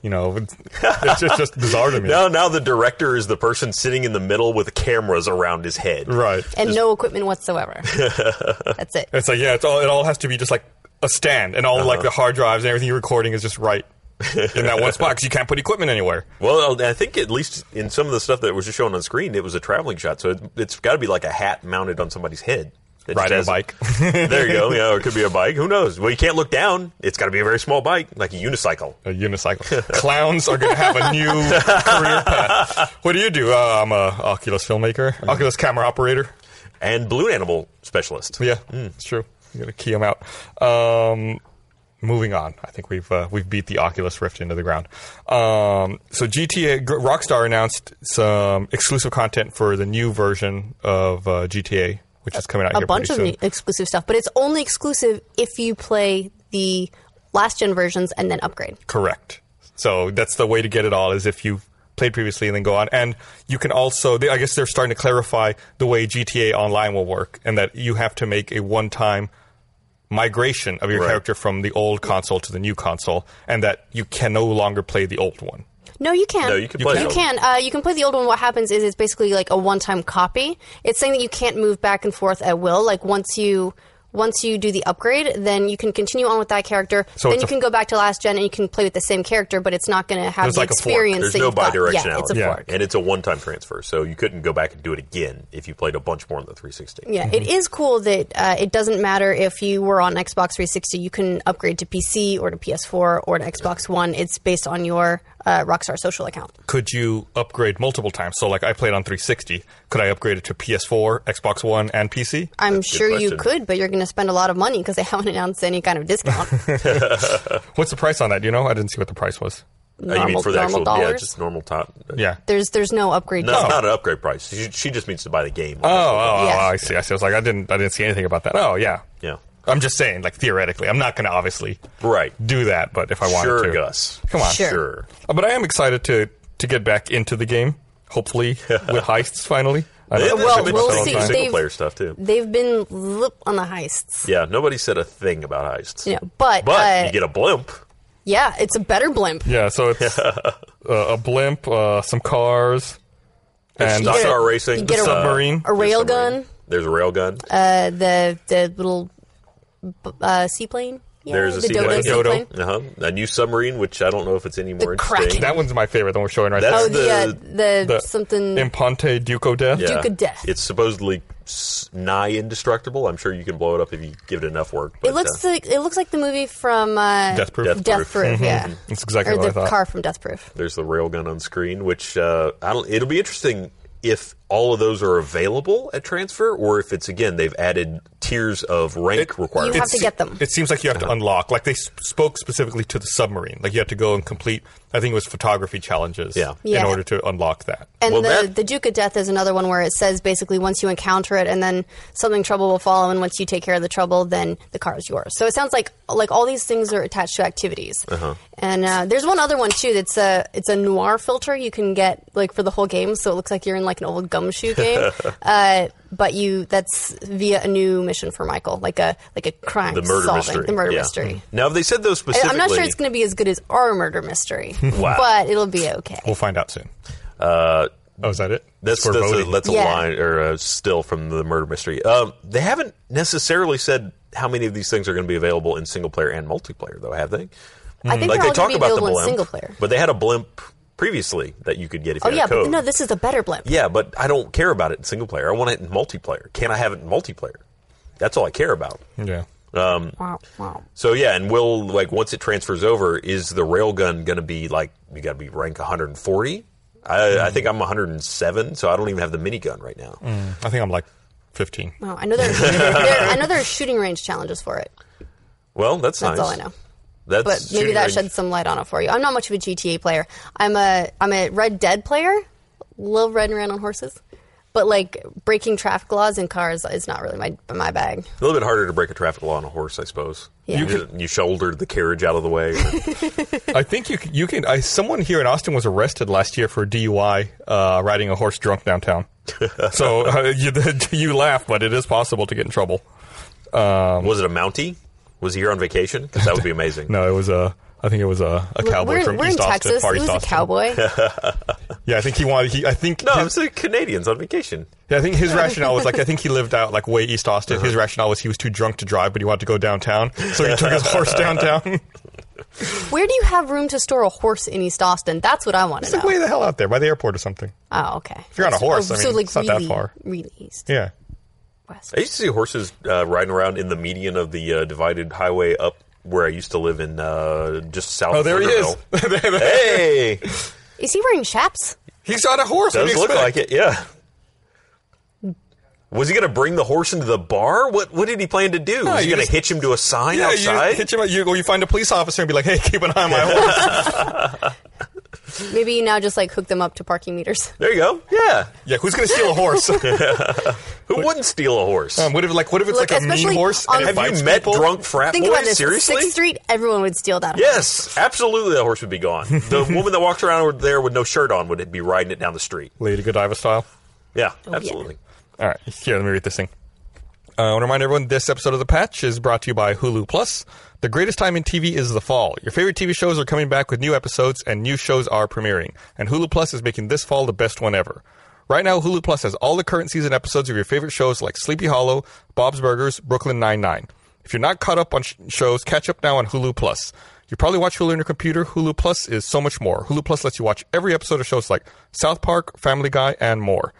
[SPEAKER 2] you know, it's it's just, just bizarre to me.
[SPEAKER 3] Now, now the director is the person sitting in the middle with cameras around his head.
[SPEAKER 2] Right.
[SPEAKER 5] and no equipment whatsoever. That's it.
[SPEAKER 2] It's like yeah, it's all, it all has to be just like a stand, and all like the hard drives and everything you're recording is just right in that one spot because you can't put equipment anywhere.
[SPEAKER 3] Well, I think at least in some of the stuff that was just shown on screen, it was a traveling shot. So it, it's got to be like a hat mounted on somebody's head. It
[SPEAKER 2] Riding a
[SPEAKER 3] just has-
[SPEAKER 2] bike.
[SPEAKER 3] there you go. Yeah, or it could be a bike. Who knows? Well, you can't look down. It's got to be a very small bike, like a unicycle.
[SPEAKER 2] A unicycle. Clowns are going to have a new career path. What do you do? Uh, I'm a Oculus filmmaker, Oculus camera operator.
[SPEAKER 3] And balloon animal specialist.
[SPEAKER 2] Yeah, mm, it's true. You got to key them out. Um, moving on, I think we've uh, we've beat the Oculus Rift into the ground. Um, so GTA G- Rockstar announced some exclusive content for the new version of uh, GTA, which is coming out
[SPEAKER 5] A
[SPEAKER 2] here
[SPEAKER 5] bunch of
[SPEAKER 2] pretty
[SPEAKER 5] new exclusive stuff, but it's only exclusive if you play the last gen versions and then upgrade.
[SPEAKER 2] Correct. So that's the way to get it all is if you played previously and then go on. And you can also, they, I guess they're starting to clarify the way GTA Online will work and that you have to make a one time migration of your
[SPEAKER 3] Right.
[SPEAKER 2] character from the old console to the new console and that you can no longer play the old one.
[SPEAKER 5] No, you can.
[SPEAKER 3] No, you can You play can.
[SPEAKER 5] You
[SPEAKER 3] it.
[SPEAKER 5] can. Uh, you can play the old one. What happens is it's basically like a one-time copy. It's saying that you can't move back and forth at will. Like once you once you do the upgrade, then you can continue on with that character.
[SPEAKER 2] So
[SPEAKER 5] then
[SPEAKER 2] it's
[SPEAKER 5] you
[SPEAKER 2] a-
[SPEAKER 5] can go back to last gen and you can play with the same character, but it's not going to have
[SPEAKER 2] There's
[SPEAKER 5] the
[SPEAKER 2] like a fork.
[SPEAKER 5] experience
[SPEAKER 3] There's
[SPEAKER 5] that
[SPEAKER 3] no
[SPEAKER 5] you've got.
[SPEAKER 3] bidirectionality.
[SPEAKER 5] Yeah, it's a
[SPEAKER 2] Yeah.
[SPEAKER 5] fork.
[SPEAKER 3] And it's a one time transfer, so you couldn't go back and do it again if you played a bunch more on the 360.
[SPEAKER 5] Yeah, it is cool that uh, it doesn't matter if you were on Xbox 360, you can upgrade to PC or to PS4 or to Xbox One. It's based on your uh, Rockstar social account.
[SPEAKER 2] Could you upgrade multiple times? So, like I played on 360, could I upgrade it to PS4, Xbox One, and PC?
[SPEAKER 5] I'm
[SPEAKER 3] a good
[SPEAKER 5] sure you
[SPEAKER 3] question.
[SPEAKER 5] could, but you're going to spend a lot of money because they haven't announced any kind of discount.
[SPEAKER 2] What's the price on that? Do you know? I didn't see what the price was.
[SPEAKER 3] Uh, you mean
[SPEAKER 5] Normal-
[SPEAKER 3] for the
[SPEAKER 5] normal
[SPEAKER 3] actual, yeah,
[SPEAKER 5] dollars?
[SPEAKER 3] just normal top.
[SPEAKER 2] Yeah.
[SPEAKER 5] There's there's no upgrade.
[SPEAKER 3] No,
[SPEAKER 5] discount.
[SPEAKER 3] not an upgrade price. She, she just means to buy the game.
[SPEAKER 2] Oh, oh,
[SPEAKER 5] Yeah.
[SPEAKER 2] oh, I see. I see. I was like, I didn't, I didn't see anything about that. Oh, yeah,
[SPEAKER 3] Yeah.
[SPEAKER 2] I'm just saying, like theoretically, I'm not going to obviously
[SPEAKER 3] Right.
[SPEAKER 2] do that, but if I wanted
[SPEAKER 3] Sure,
[SPEAKER 2] to,
[SPEAKER 3] Gus.
[SPEAKER 2] come on,
[SPEAKER 5] Sure.
[SPEAKER 3] Sure.
[SPEAKER 2] But I am excited to to get back into the game, hopefully with heists finally. I know
[SPEAKER 3] Yeah,
[SPEAKER 2] that's
[SPEAKER 5] Well,
[SPEAKER 2] been
[SPEAKER 5] we'll
[SPEAKER 2] a long
[SPEAKER 5] see.
[SPEAKER 2] time.
[SPEAKER 5] They-
[SPEAKER 3] Single player stuff, too.
[SPEAKER 5] They've been lip on the heists.
[SPEAKER 3] Yeah, nobody said a thing about heists.
[SPEAKER 5] Yeah, but,
[SPEAKER 3] But
[SPEAKER 5] uh,
[SPEAKER 3] you get a blimp.
[SPEAKER 5] Yeah, it's a better blimp.
[SPEAKER 2] Yeah, so it's uh, a blimp, uh, some cars, and
[SPEAKER 3] stock
[SPEAKER 5] get a-
[SPEAKER 3] car racing. uh,
[SPEAKER 5] you get
[SPEAKER 2] a- Submarine.
[SPEAKER 5] A rail gun,
[SPEAKER 3] There's a rail gun.
[SPEAKER 5] uh, the the little b- uh, seaplane. Yeah,
[SPEAKER 3] There's a
[SPEAKER 5] the
[SPEAKER 3] seaplane.
[SPEAKER 5] dodo
[SPEAKER 2] Dodo.
[SPEAKER 5] seaplane.
[SPEAKER 3] Uh-huh. A new submarine, which I don't know if it's any more interesting.
[SPEAKER 5] Kraken.
[SPEAKER 2] that one's my favorite. The one we're showing right
[SPEAKER 3] That's
[SPEAKER 5] Oh,
[SPEAKER 2] now.
[SPEAKER 5] the uh, the,
[SPEAKER 2] The
[SPEAKER 5] something.
[SPEAKER 2] Imponte Duco Death.
[SPEAKER 5] Duke of Death.
[SPEAKER 3] It's supposedly s- nigh indestructible. I'm sure you can blow it up if you give it enough work. but,
[SPEAKER 5] it looks
[SPEAKER 3] uh,
[SPEAKER 5] like it looks like the movie from uh,
[SPEAKER 2] Death Proof. Mm-hmm.
[SPEAKER 3] Death
[SPEAKER 5] Death, Proof. Yeah,
[SPEAKER 2] That's exactly
[SPEAKER 5] or
[SPEAKER 2] what I
[SPEAKER 5] the
[SPEAKER 2] thought.
[SPEAKER 5] car from Death Proof.
[SPEAKER 3] there's the railgun on screen, which uh, I don't. It'll be interesting if all of those are available at transfer, or if it's again they've added tiers of rank requirements.
[SPEAKER 5] You have to
[SPEAKER 2] se-
[SPEAKER 5] get them.
[SPEAKER 2] It seems like you have to unlock. Like they s- spoke specifically to the submarine. Like you had to go and complete. I think it was photography challenges.
[SPEAKER 3] Yeah.
[SPEAKER 5] Yeah.
[SPEAKER 2] In order to unlock that.
[SPEAKER 5] And
[SPEAKER 3] Well,
[SPEAKER 5] the,
[SPEAKER 3] that-
[SPEAKER 5] the Duke of Death is another one where it says basically once you encounter it and then something trouble will follow and once you take care of the trouble then the car is yours. So it sounds like like all these things are attached to activities.
[SPEAKER 3] Uh-huh.
[SPEAKER 5] And uh, there's one other one too that's a it's a noir filter you can get like for the whole game so it looks like you're in like an old gumshoe game. uh, but you that's via a new mission for Michael like a like a crime
[SPEAKER 3] the murder
[SPEAKER 5] solving
[SPEAKER 3] mystery.
[SPEAKER 5] the murder
[SPEAKER 3] Yeah.
[SPEAKER 5] mystery.
[SPEAKER 3] Now, if they said those
[SPEAKER 5] I-
[SPEAKER 3] specifically,
[SPEAKER 5] I'm not sure it's going to be as good as our murder mystery,
[SPEAKER 3] Wow.
[SPEAKER 5] but it'll be okay.
[SPEAKER 2] We'll find out soon. Uh, oh, is that it?
[SPEAKER 3] That's,
[SPEAKER 2] For
[SPEAKER 3] that's, a,
[SPEAKER 2] voting.
[SPEAKER 3] that's a
[SPEAKER 5] Yeah.
[SPEAKER 3] line or a still from the murder mystery. Um, they haven't necessarily said how many of these things are going to be available in single player and multiplayer, though, have they?
[SPEAKER 5] I think
[SPEAKER 3] Like
[SPEAKER 5] they're
[SPEAKER 3] they
[SPEAKER 5] all
[SPEAKER 3] talk
[SPEAKER 5] going to be
[SPEAKER 3] about the
[SPEAKER 5] available
[SPEAKER 3] blimp,
[SPEAKER 5] in single player.
[SPEAKER 3] but they had a blimp previously that you could get if you
[SPEAKER 5] Oh
[SPEAKER 3] had
[SPEAKER 5] yeah,
[SPEAKER 3] a code.
[SPEAKER 5] but no, this is a better blimp.
[SPEAKER 3] yeah, but I don't care about it in single player. I want it in multiplayer. Can I have it in multiplayer? That's all I care about.
[SPEAKER 2] yeah.
[SPEAKER 5] Wow, wow.
[SPEAKER 3] So yeah, and will like once it transfers over, is the railgun going to be like you got to be rank 140? I, I
[SPEAKER 2] Mm-hmm.
[SPEAKER 3] think I'm 107, so I don't even have the minigun right now.
[SPEAKER 2] I think I'm like 15.
[SPEAKER 5] Wow, I know there, there, I know there are shooting range challenges for it,
[SPEAKER 3] Well, that's,
[SPEAKER 5] That's
[SPEAKER 3] nice.
[SPEAKER 5] all I know.
[SPEAKER 3] That's
[SPEAKER 5] but maybe
[SPEAKER 3] shooting
[SPEAKER 5] that
[SPEAKER 3] range.
[SPEAKER 5] sheds some light on it for you. I'm not much of a GTA player. I'm a I'm a Red Dead player. Love riding around on horses, but like breaking traffic laws in cars is not really my my bag.
[SPEAKER 3] a little bit harder to break a traffic law on a horse, I suppose.
[SPEAKER 5] Yeah.
[SPEAKER 3] You, you, shouldered the carriage out of the way.
[SPEAKER 2] I think you c- you can. I, someone here in Austin was arrested last year for DUI, uh, riding a horse drunk downtown. so uh, you you laugh, but it is possible to get in trouble.
[SPEAKER 3] was it a Mountie? Was he here on vacation? Because that would be amazing.
[SPEAKER 2] No, it was a. I think it was a, a cowboy
[SPEAKER 5] we're
[SPEAKER 2] from
[SPEAKER 5] we're
[SPEAKER 2] East
[SPEAKER 5] in
[SPEAKER 2] Austin,
[SPEAKER 5] Texas.
[SPEAKER 2] Far
[SPEAKER 5] It
[SPEAKER 2] East
[SPEAKER 5] was a
[SPEAKER 2] Austin.
[SPEAKER 5] cowboy.
[SPEAKER 2] Yeah, I think he wanted. He, I think.
[SPEAKER 3] No, I'm
[SPEAKER 2] his,
[SPEAKER 3] saying Canadians on vacation.
[SPEAKER 2] yeah, I think his rationale was like I think he lived out like way East Austin.
[SPEAKER 3] Uh-huh.
[SPEAKER 2] His rationale was he was too drunk to drive, but he wanted to go downtown, so he took his horse downtown.
[SPEAKER 5] Where do you have room to store a horse in East Austin? That's what I want
[SPEAKER 2] it's
[SPEAKER 5] to
[SPEAKER 2] like
[SPEAKER 5] know.
[SPEAKER 2] way the hell out there by the airport or something.
[SPEAKER 5] oh, okay. If
[SPEAKER 2] you're on a horse, I mean,
[SPEAKER 5] so like
[SPEAKER 2] it's not that
[SPEAKER 5] really,
[SPEAKER 2] far.
[SPEAKER 5] Really east,
[SPEAKER 2] Yeah.
[SPEAKER 5] west.
[SPEAKER 3] I used to see horses uh, riding around in the median of the uh, divided highway up where I used to live in, uh, just south.
[SPEAKER 2] Oh,
[SPEAKER 3] of
[SPEAKER 2] there he is.
[SPEAKER 3] Thunderhill. hey,
[SPEAKER 5] Is he wearing chaps?
[SPEAKER 2] He's on a horse. What do
[SPEAKER 3] does
[SPEAKER 2] you
[SPEAKER 3] look
[SPEAKER 2] expect?
[SPEAKER 3] like it. Yeah. Was he going to bring the horse into the bar? What What did he plan to do? Was
[SPEAKER 2] you
[SPEAKER 3] he going
[SPEAKER 2] just-
[SPEAKER 3] to hitch him to a sign
[SPEAKER 2] Yeah,
[SPEAKER 3] outside?
[SPEAKER 2] you hit him. You, or you find a police officer and be like, "Hey, keep an eye on my horse."
[SPEAKER 5] Maybe you now just like hook them up to parking meters.
[SPEAKER 3] there you go. Yeah.
[SPEAKER 2] yeah, who's gonna steal a horse? um,
[SPEAKER 3] Who wouldn't steal a horse?
[SPEAKER 2] what if like what if it's
[SPEAKER 5] Look,
[SPEAKER 2] like a mean
[SPEAKER 5] especially
[SPEAKER 2] horse
[SPEAKER 5] on
[SPEAKER 2] and it
[SPEAKER 5] the-
[SPEAKER 2] bites
[SPEAKER 3] have you met
[SPEAKER 2] people?
[SPEAKER 3] drunk frat
[SPEAKER 5] Think
[SPEAKER 3] boys?
[SPEAKER 5] about this.
[SPEAKER 3] Seriously?
[SPEAKER 5] Sixth Street, everyone would steal that.
[SPEAKER 3] Yes, absolutely. The horse would be gone. The woman that walks around over there with no shirt on would be riding it down the street.
[SPEAKER 2] Lady Godiva style.
[SPEAKER 3] Yeah,
[SPEAKER 5] Oh,
[SPEAKER 3] absolutely.
[SPEAKER 2] All right, here, let me read this thing. Uh, I want to remind everyone this episode of The Patch is brought to you by Hulu Plus. The greatest time in TV is the fall. Your favorite TV shows are coming back with new episodes, and new shows are premiering. And Hulu Plus is making this fall the best one ever. Right now, Hulu Plus has all the current season episodes of your favorite shows like Sleepy Hollow, Bob's Burgers, Brooklyn Nine-Nine. If you're not caught up on sh- shows, catch up now on Hulu Plus. You probably watch Hulu on your computer. Hulu Plus is so much more. Hulu Plus lets you watch every episode of shows like South Park, Family Guy, and more.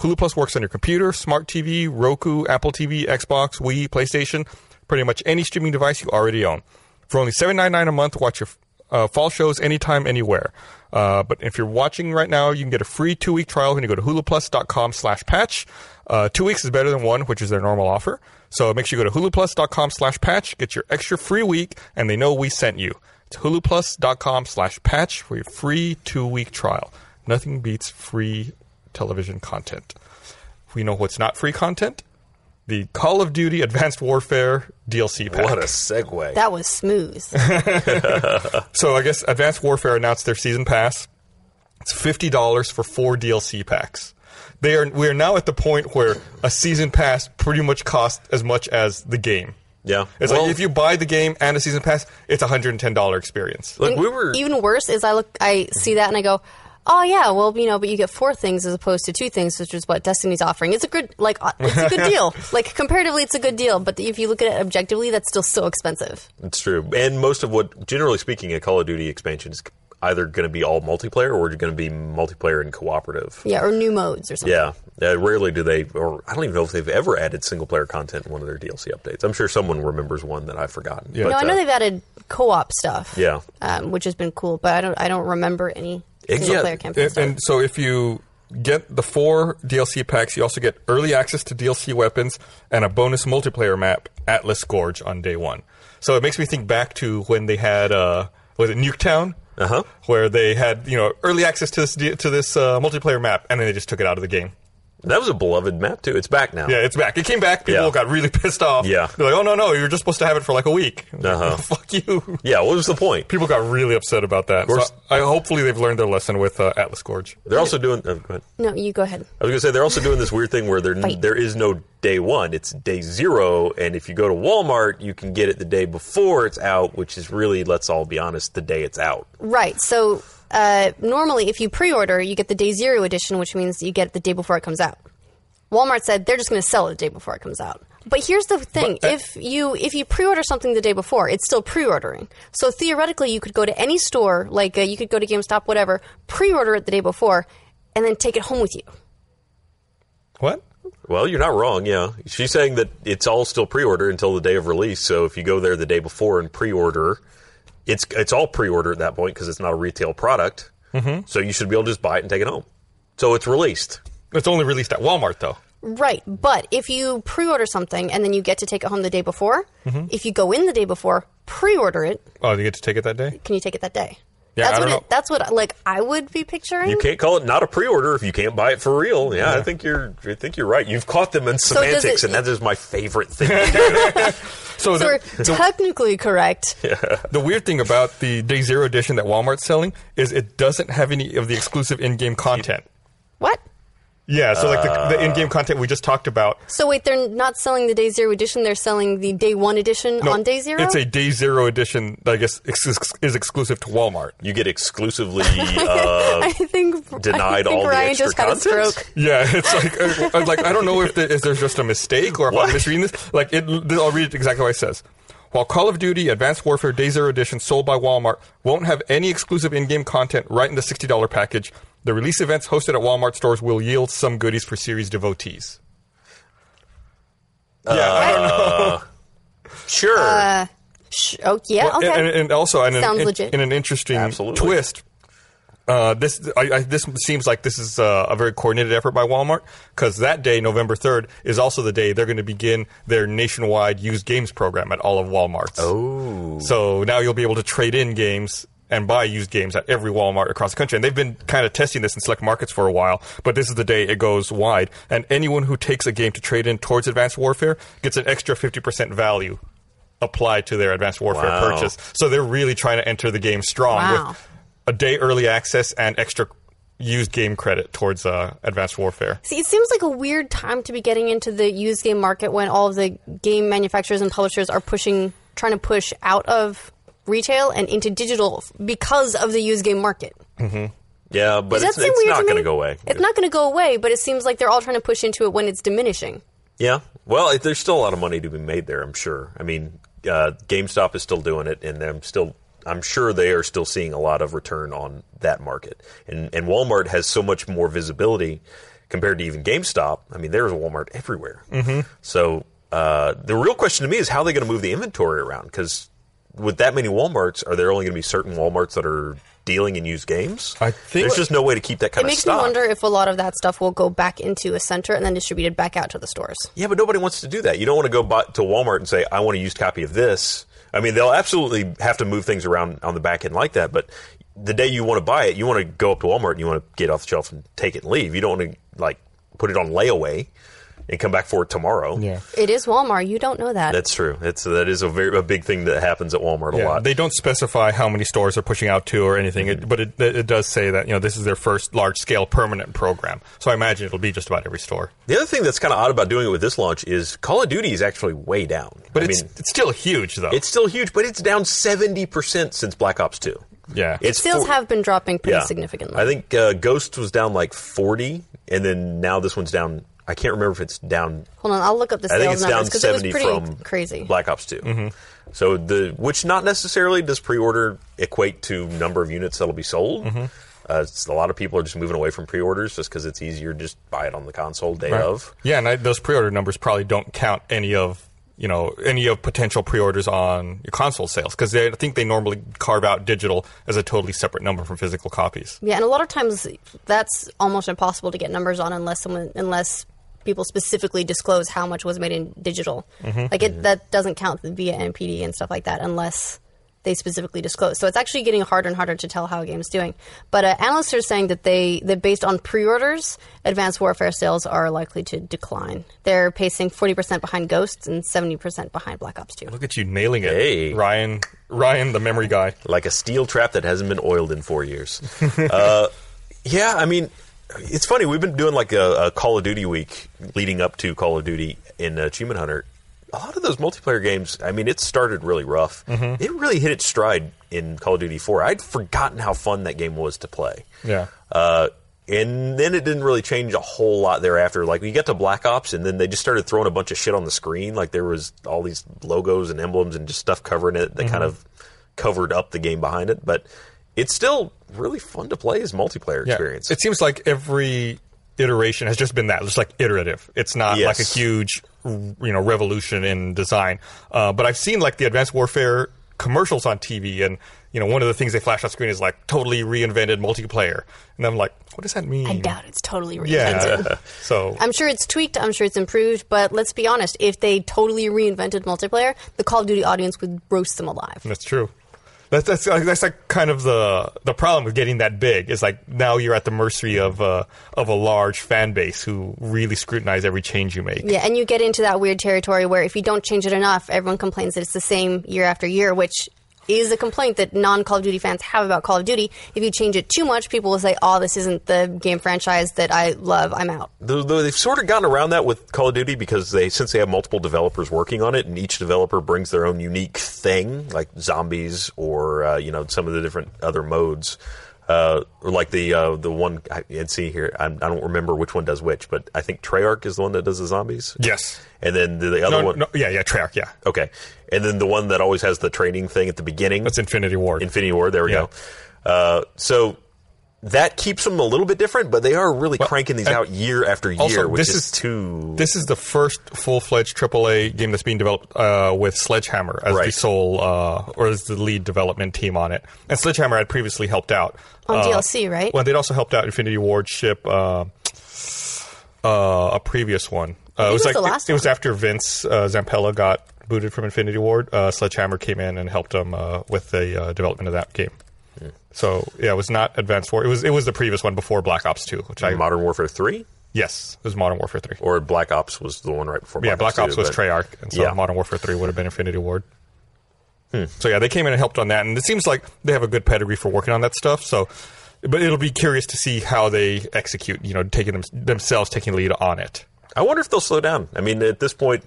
[SPEAKER 2] Hulu Plus works on your computer, smart TV, Roku, Apple TV, Xbox, Wii, PlayStation, pretty much any streaming device you already own. For only $7.99 a month, watch your uh, fall shows anytime, anywhere. Uh, but if you're watching right now, you can get a free two-week trial when you go to huluplus.com slash patch. Uh, two weeks is better than one, which is their normal offer. So make sure you go to huluplus.com slash patch, get your extra free week, and they know we sent you. It's huluplus.com slash patch for your free two-week trial. Nothing beats free television content. We know what's not free content. The Call of Duty Advanced Warfare DLC pack.
[SPEAKER 3] What a segue.
[SPEAKER 5] That was smooth.
[SPEAKER 2] So I guess Advanced Warfare announced their season pass. It's fifty dollars for four DLC packs. They are we are now at the point where a season pass pretty much costs as much as the game.
[SPEAKER 3] Yeah.
[SPEAKER 2] It's
[SPEAKER 3] Well-
[SPEAKER 2] like if you buy the game and a season pass, it's a hundred and ten dollar experience.
[SPEAKER 3] Look, we were.
[SPEAKER 5] Even worse is I look, I see that and I go, oh yeah, well you know, but you get four things as opposed to two things, which is what Destiny's offering. It's a good like uh, it's a good deal. Like comparatively, it's a good deal, but if you look at it objectively, that's still so expensive.
[SPEAKER 3] It's true. And most of what, generally speaking, a Call of Duty expansion is either going to be all multiplayer or going to be multiplayer and cooperative.
[SPEAKER 5] Yeah, or new modes or something.
[SPEAKER 3] Yeah. Uh, rarely do they, or I don't even know if they've ever added single player content in one of their DLC updates. I'm sure someone remembers one that I've forgotten. Yeah.
[SPEAKER 5] No, I know they've added co-op stuff.
[SPEAKER 3] uh, Yeah.
[SPEAKER 5] um, which has been cool, but I don't I don't remember any
[SPEAKER 3] It-
[SPEAKER 5] single
[SPEAKER 3] yeah,
[SPEAKER 5] player campaign
[SPEAKER 2] And,
[SPEAKER 5] stuff.
[SPEAKER 2] and so if you Get the four DLC packs. You also get early access to DLC weapons and a bonus multiplayer map, Atlas Gorge, on day one. So it makes me think back to when they had uh, was it Nuketown,
[SPEAKER 3] Uh-huh.
[SPEAKER 2] where they had you know early access to this D- to this uh, multiplayer map, and then they just took it out of the game.
[SPEAKER 3] That was a beloved map too. It's back now.
[SPEAKER 2] Yeah, it's back. It came back. People
[SPEAKER 3] Yeah.
[SPEAKER 2] got really pissed off.
[SPEAKER 3] Yeah.
[SPEAKER 2] they're like, oh no no, you were just supposed to have it for like a week.
[SPEAKER 3] Uh-huh.
[SPEAKER 2] Fuck you.
[SPEAKER 3] Yeah, What was the point?
[SPEAKER 2] People got really upset about that.
[SPEAKER 3] course.
[SPEAKER 2] So I, hopefully they've learned their lesson with uh, Atlas Gorge.
[SPEAKER 3] They're also doing. Oh, go ahead.
[SPEAKER 5] No, you go ahead.
[SPEAKER 3] I was gonna say they're also doing this weird thing where there
[SPEAKER 5] Fight.
[SPEAKER 3] there is no day one; it's day zero. And if you go to Walmart, you can get it the day before it's out, which is really, let's all be honest, the day it's out.
[SPEAKER 5] Right. So uh, normally, if you pre-order, you get the day zero edition, which means you get it the day before it comes out. Walmart said they're just going to sell it the day before it comes out. But here's the thing:
[SPEAKER 2] But, uh,
[SPEAKER 5] if you if you pre-order something the day before, it's still pre-ordering. So theoretically, you could go to any store, like uh, you could go to GameStop, whatever, pre-order it the day before, and then take it home with you.
[SPEAKER 2] What?
[SPEAKER 3] Well, you're not wrong. Yeah, she's saying that it's all still pre-order until the day of release. So if you go there the day before and pre-order, it's it's all pre-order at that point because it's not a retail product. Mm-hmm. So you should be able to just buy it and take it home. So it's released.
[SPEAKER 2] It's only released at Walmart though.
[SPEAKER 5] Right, but if you pre-order something and then you get to take it home the day before,
[SPEAKER 2] Mm-hmm.
[SPEAKER 5] if you go in the day before, pre-order it,
[SPEAKER 2] Oh, you get to take it that day.
[SPEAKER 5] can you take it that day?
[SPEAKER 2] Yeah,
[SPEAKER 5] that's
[SPEAKER 2] I
[SPEAKER 5] what
[SPEAKER 2] don't
[SPEAKER 5] it,
[SPEAKER 2] know.
[SPEAKER 5] that's what like I would be picturing.
[SPEAKER 3] You can't call it not a pre-order if you can't buy it for real. Yeah, I think you're I think you're right. You've caught them in
[SPEAKER 5] does
[SPEAKER 3] semantics,
[SPEAKER 5] it- e-
[SPEAKER 3] and that is my favorite thing. to do.
[SPEAKER 2] So,
[SPEAKER 5] So
[SPEAKER 2] the,
[SPEAKER 5] we're technically correct.
[SPEAKER 2] the weird thing about the Day Zero edition that Walmart's selling is it doesn't have any of the exclusive in-game content.
[SPEAKER 5] What?
[SPEAKER 2] Yeah, so like the, the in-game content we just talked about.
[SPEAKER 5] So wait, they're not selling the day zero edition. They're selling the day one edition
[SPEAKER 2] No,
[SPEAKER 5] on day zero.
[SPEAKER 2] It's a Day Zero edition that I guess ex- ex- is exclusive to Walmart.
[SPEAKER 3] you get exclusively uh,
[SPEAKER 5] I think I
[SPEAKER 3] denied
[SPEAKER 5] think
[SPEAKER 3] all the
[SPEAKER 5] Ryan
[SPEAKER 3] extra
[SPEAKER 5] just
[SPEAKER 3] content.
[SPEAKER 5] had a stroke.
[SPEAKER 2] Yeah, it's like uh, I'm like I don't know if the, if there's just a mistake or if
[SPEAKER 3] What?
[SPEAKER 2] I'm misreading this. Like it, I'll read it exactly what it says. While Call of Duty Advanced Warfare Day Zero Edition sold by Walmart won't have any exclusive in-game content right in the $60 package, the release events hosted at Walmart stores will yield some goodies for series devotees. yeah, I don't know.
[SPEAKER 3] uh, Sure,
[SPEAKER 5] Uh, Sh- oh yeah,
[SPEAKER 2] Well,
[SPEAKER 5] okay.
[SPEAKER 2] and, and also, in an,
[SPEAKER 5] Sounds
[SPEAKER 2] in,
[SPEAKER 5] legit.
[SPEAKER 2] in an interesting
[SPEAKER 3] Absolutely.
[SPEAKER 2] twist, uh, this I, I, this seems like this is uh, a very coordinated effort by Walmart because that day, November third, is also the day they're going to begin their nationwide used games program at all of Walmart's. Oh, so now you'll be able to trade in games. And buy used games at every Walmart across the country. And they've been kind of testing this in select markets for a while, but this is the day it goes wide. And anyone who takes a game to trade in towards Advanced Warfare gets an extra 50% value applied to their Advanced Warfare
[SPEAKER 3] Wow.
[SPEAKER 2] purchase. So they're really trying to enter the game strong
[SPEAKER 5] Wow.
[SPEAKER 2] with a day early access and extra used game credit towards uh, Advanced Warfare.
[SPEAKER 5] See, it seems like a weird time to be getting into the used game market when all of the game manufacturers and publishers are pushing, trying to push out of retail and into digital f- because of the used game market.
[SPEAKER 3] yeah, but
[SPEAKER 5] Does that
[SPEAKER 3] it's,
[SPEAKER 5] seem
[SPEAKER 3] it's
[SPEAKER 5] weird
[SPEAKER 3] not
[SPEAKER 5] to
[SPEAKER 3] going
[SPEAKER 5] me?
[SPEAKER 3] to go away.
[SPEAKER 5] It's not going to go away, but it seems like they're all trying to push into it when it's diminishing.
[SPEAKER 3] Yeah. Well, it, there's still a lot of money to be made there, I'm sure. I mean, uh, GameStop is still doing it, and I'm still, I'm sure they are still seeing a lot of return on that market. And and Walmart has so much more visibility compared to even GameStop. I mean, there's a Walmart everywhere. Mm-hmm. So uh, the real question to me is how are they going to move the inventory around? Because with that many WalMarts, are there only going to be certain WalMarts that are dealing in used games?
[SPEAKER 2] I think-
[SPEAKER 3] there's just no way to keep that kind
[SPEAKER 5] It
[SPEAKER 3] of
[SPEAKER 5] makes
[SPEAKER 3] stock.
[SPEAKER 5] me wonder if a lot of that stuff will go back into a center and then distributed back out to the stores.
[SPEAKER 3] Yeah, but nobody wants to do that. You don't want to go buy, to Walmart and say, "I want a used copy of this." I mean, they'll absolutely have to move things around on the back end like that. But the day you want to buy it, you want to go up to Walmart and you want to get it off the shelf and take it and leave. You don't want to like put it on layaway and come back for it tomorrow. Yeah,
[SPEAKER 5] It is Walmart. You don't know that.
[SPEAKER 3] that's true. That's that is a very a big thing that happens at Walmart a
[SPEAKER 2] Yeah,
[SPEAKER 3] lot.
[SPEAKER 2] they don't specify how many stores they're pushing out to or anything,
[SPEAKER 3] Mm-hmm.
[SPEAKER 2] it, but it, it does say that you know this is their first large-scale permanent program. So I imagine it'll be just about every store.
[SPEAKER 3] the other thing that's kind of odd about doing it with this launch is Call of Duty is actually way down.
[SPEAKER 2] But
[SPEAKER 3] I
[SPEAKER 2] it's,
[SPEAKER 3] mean,
[SPEAKER 2] it's still huge, though.
[SPEAKER 3] it's still huge, but it's down seventy percent since Black Ops Two.
[SPEAKER 2] yeah,
[SPEAKER 3] It's
[SPEAKER 5] Sales
[SPEAKER 3] four-
[SPEAKER 5] have been dropping pretty significantly.
[SPEAKER 3] I think uh, Ghost was down like 40, and then now this one's down. I can't remember if it's down.
[SPEAKER 5] Hold on, I'll look up the
[SPEAKER 3] I
[SPEAKER 5] sales
[SPEAKER 3] think it's down
[SPEAKER 5] numbers because it was
[SPEAKER 3] 70
[SPEAKER 5] pretty
[SPEAKER 3] from
[SPEAKER 5] crazy.
[SPEAKER 3] Black Ops 2. So the which not necessarily does pre-order equate to number of units that'll be sold. Uh, it's, a lot of people are just moving away from pre-orders just because it's easier to just buy it on the console day
[SPEAKER 2] Right.
[SPEAKER 3] of.
[SPEAKER 2] Yeah, and I, those pre-order numbers probably don't count any of you know any of potential pre-orders on your console sales because I think they normally carve out digital as a totally separate number from physical copies.
[SPEAKER 5] Yeah, and a lot of times that's almost impossible to get numbers on unless someone unless people specifically disclose how much was made in digital.
[SPEAKER 2] Mm-hmm.
[SPEAKER 5] Like it that doesn't count via NPD and stuff like that unless they specifically disclose. So it's actually getting harder and harder to tell how a game's doing. But uh, analysts are saying that they that based on pre-orders, Advanced Warfare sales are likely to decline. They're pacing 40% behind Ghosts and 70% behind Black Ops 2.
[SPEAKER 2] Look at you nailing it,
[SPEAKER 3] Hey.
[SPEAKER 2] Ryan. Ryan, the memory guy.
[SPEAKER 3] like a steel trap that hasn't been oiled in four years. uh, yeah, I mean, it's funny. We've been doing like a, a Call of Duty week leading up to Call of Duty in uh, Achievement Hunter. A lot of those multiplayer games, I mean, it started really rough. It really hit its stride in Call of Duty 4. I'd forgotten how fun that game was to play.
[SPEAKER 2] Yeah.
[SPEAKER 3] Uh, and then it didn't really change a whole lot thereafter. Like we got to Black Ops, and then they just started throwing a bunch of shit on the screen. Like there was all these logos and emblems and just stuff covering it that kind of covered up the game behind it. But it's still really fun to play as multiplayer
[SPEAKER 2] Yeah.
[SPEAKER 3] experience.
[SPEAKER 2] It seems like every iteration has just been that, just like iterative. It's not
[SPEAKER 3] Yes.
[SPEAKER 2] like a huge, r- you know, revolution in design. Uh, but I've seen like the Advanced Warfare commercials on TV, and you know, one of the things they flash on screen is like totally reinvented multiplayer, and I'm like, what does that mean?
[SPEAKER 5] I doubt it's totally reinvented.
[SPEAKER 2] Yeah. so
[SPEAKER 5] I'm sure it's tweaked. I'm sure it's improved. But let's be honest: if they totally reinvented multiplayer, the Call of Duty audience would roast them alive.
[SPEAKER 2] That's true. That's that's like, that's like kind of the the problem with getting that big is like now you're at the mercy of uh, of a large fan base who really scrutinize every change you make.
[SPEAKER 5] Yeah, and you get into that weird territory where if you don't change it enough, everyone complains that it's the same year after year, which is a complaint that non Call of Duty fans have about Call of Duty. If you change it too much, people will say, "Oh, this isn't the game franchise that I love. I'm out."
[SPEAKER 3] Though- though they've sort of gotten around that with Call of Duty because they since they have multiple developers working on it, and each developer brings their own unique thing, like zombies or uh, you know some of the different other modes. Uh, or like the uh, the one I, and see here, I, I don't remember which one does which, but I think Treyarch is the one that does the zombies.
[SPEAKER 2] Yes.
[SPEAKER 3] and then the, the other
[SPEAKER 2] No,
[SPEAKER 3] one,
[SPEAKER 2] no, yeah, yeah, Treyarch, yeah.
[SPEAKER 3] okay, and then the one that always has the training thing at the beginning.
[SPEAKER 2] That's Infinity Ward.
[SPEAKER 3] Infinity War. There we
[SPEAKER 2] Yeah.
[SPEAKER 3] go. Uh, so that keeps them a little bit different, but they are really cranking these
[SPEAKER 2] and
[SPEAKER 3] out year after year,
[SPEAKER 2] also,
[SPEAKER 3] which
[SPEAKER 2] this
[SPEAKER 3] is
[SPEAKER 2] is-
[SPEAKER 3] too.
[SPEAKER 2] This is the first full-fledged AAA game that's being developed uh, with Sledgehammer as the
[SPEAKER 3] Right.
[SPEAKER 2] sole uh, or as the lead development team on it. And Sledgehammer had previously helped out
[SPEAKER 5] On
[SPEAKER 2] Uh,
[SPEAKER 5] DLC, right?
[SPEAKER 2] Well, they'd also helped out Infinity Ward ship. Uh, uh, a previous one. Uh, it
[SPEAKER 5] was
[SPEAKER 2] like
[SPEAKER 5] the last
[SPEAKER 2] it, it was
[SPEAKER 5] one.
[SPEAKER 2] after Vince uh, Zampella got booted from Infinity Ward. Uh, Sledgehammer came in and helped him uh, with the uh, development of that game. So yeah, it was not Advanced War. It was it was the previous one before Black Ops Two, which I
[SPEAKER 3] Modern Warfare Three
[SPEAKER 2] yes, it was Modern Warfare Three.
[SPEAKER 3] or Black Ops was the one right before.
[SPEAKER 2] yeah, Black Ops
[SPEAKER 3] 2,
[SPEAKER 2] was
[SPEAKER 3] but-
[SPEAKER 2] Treyarch, and so
[SPEAKER 3] Yeah. Hmm.
[SPEAKER 2] Modern Warfare Three would have been Infinity Ward. So yeah, they came in and helped on that, and it seems like they have a good pedigree for working on that stuff. So, but it'll be curious to see how they execute. You know, taking them, themselves taking lead on it.
[SPEAKER 3] I wonder if they'll slow down. I mean, at this point,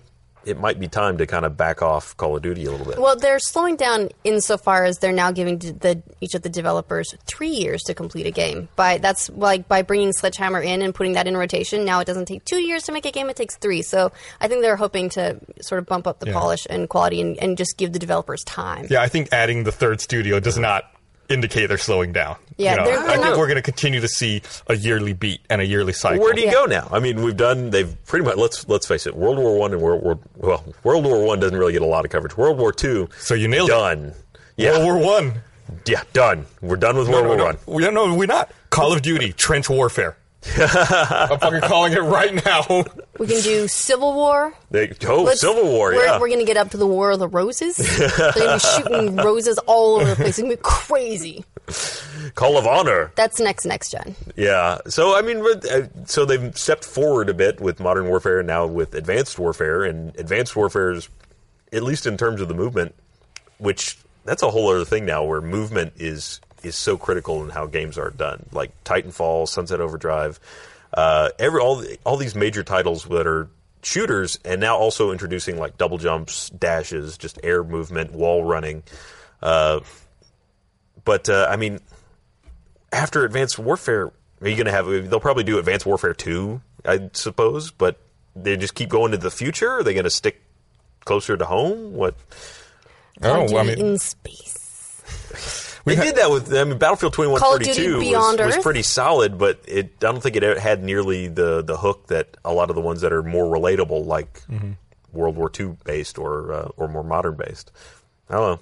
[SPEAKER 3] it might be time to kind of back off Call of Duty a little bit.
[SPEAKER 5] Well, they're slowing down insofar as they're now giving d- the, each of the developers three years to complete a game. By that's like by bringing Sledgehammer in and putting that in rotation. Now it doesn't take two years to make a game; it takes three. So I think they're hoping to sort of bump up the polish and quality and, and just give the developers time.
[SPEAKER 2] Yeah, I think adding the third studio does not indicate they're slowing down.
[SPEAKER 5] Yeah, they're-
[SPEAKER 2] I
[SPEAKER 5] they're
[SPEAKER 2] think
[SPEAKER 5] not-
[SPEAKER 2] we're going to continue to see a yearly beat and a yearly cycle.
[SPEAKER 3] Where do you
[SPEAKER 5] Yeah.
[SPEAKER 3] go now? I mean, we've done. They've pretty much. Let's let's face it. World War One and World War well, World War One doesn't really get a lot of coverage. World War Two.
[SPEAKER 2] So you nailed it.
[SPEAKER 3] done. Yeah,
[SPEAKER 2] World War One.
[SPEAKER 3] yeah, done. We're done with World
[SPEAKER 2] No,
[SPEAKER 3] War
[SPEAKER 2] no,
[SPEAKER 3] One.
[SPEAKER 2] We don't know. We're not. Call of Duty, trench warfare. I'm fucking calling it right now.
[SPEAKER 5] We can do Civil War.
[SPEAKER 3] They, oh,
[SPEAKER 5] Let's-
[SPEAKER 3] Civil War.
[SPEAKER 5] We're,
[SPEAKER 3] yeah,
[SPEAKER 5] we're going to get up to the War of the Roses. They're going to be shooting roses all over the place. It's going to be crazy.
[SPEAKER 3] Call of Honor.
[SPEAKER 5] That's next next gen.
[SPEAKER 3] Yeah. So I mean, with- uh, so they've stepped forward a bit with modern warfare, and now with advanced warfare, and advanced warfare is, at least in terms of the movement, which that's a whole other thing now, where movement is is so critical in how games are done, like Titanfall, Sunset Overdrive, uh, every all the- all these major titles that are shooters, and now also introducing like double jumps, dashes, just air movement, wall running. Uh, but uh, I mean, after Advanced Warfare, are you going to have? They'll probably do Advanced Warfare Two, I suppose. But they just keep going to the future. Are they going to stick closer to home? What
[SPEAKER 5] Call
[SPEAKER 2] Oh,
[SPEAKER 5] of
[SPEAKER 2] well, I
[SPEAKER 5] Duty
[SPEAKER 2] mean-
[SPEAKER 5] in space.
[SPEAKER 3] we did that with. I mean, Battlefield Twenty One
[SPEAKER 5] Call of
[SPEAKER 3] Thirty
[SPEAKER 5] Duty
[SPEAKER 3] Two was,
[SPEAKER 5] Beyond
[SPEAKER 3] was
[SPEAKER 5] Earth?
[SPEAKER 3] pretty solid, but it. e-,
[SPEAKER 5] Mm-hmm.
[SPEAKER 3] I don't think it had nearly the the hook that a lot of the ones that are more relatable, like World War II based or uh, or more modern based. I don't know.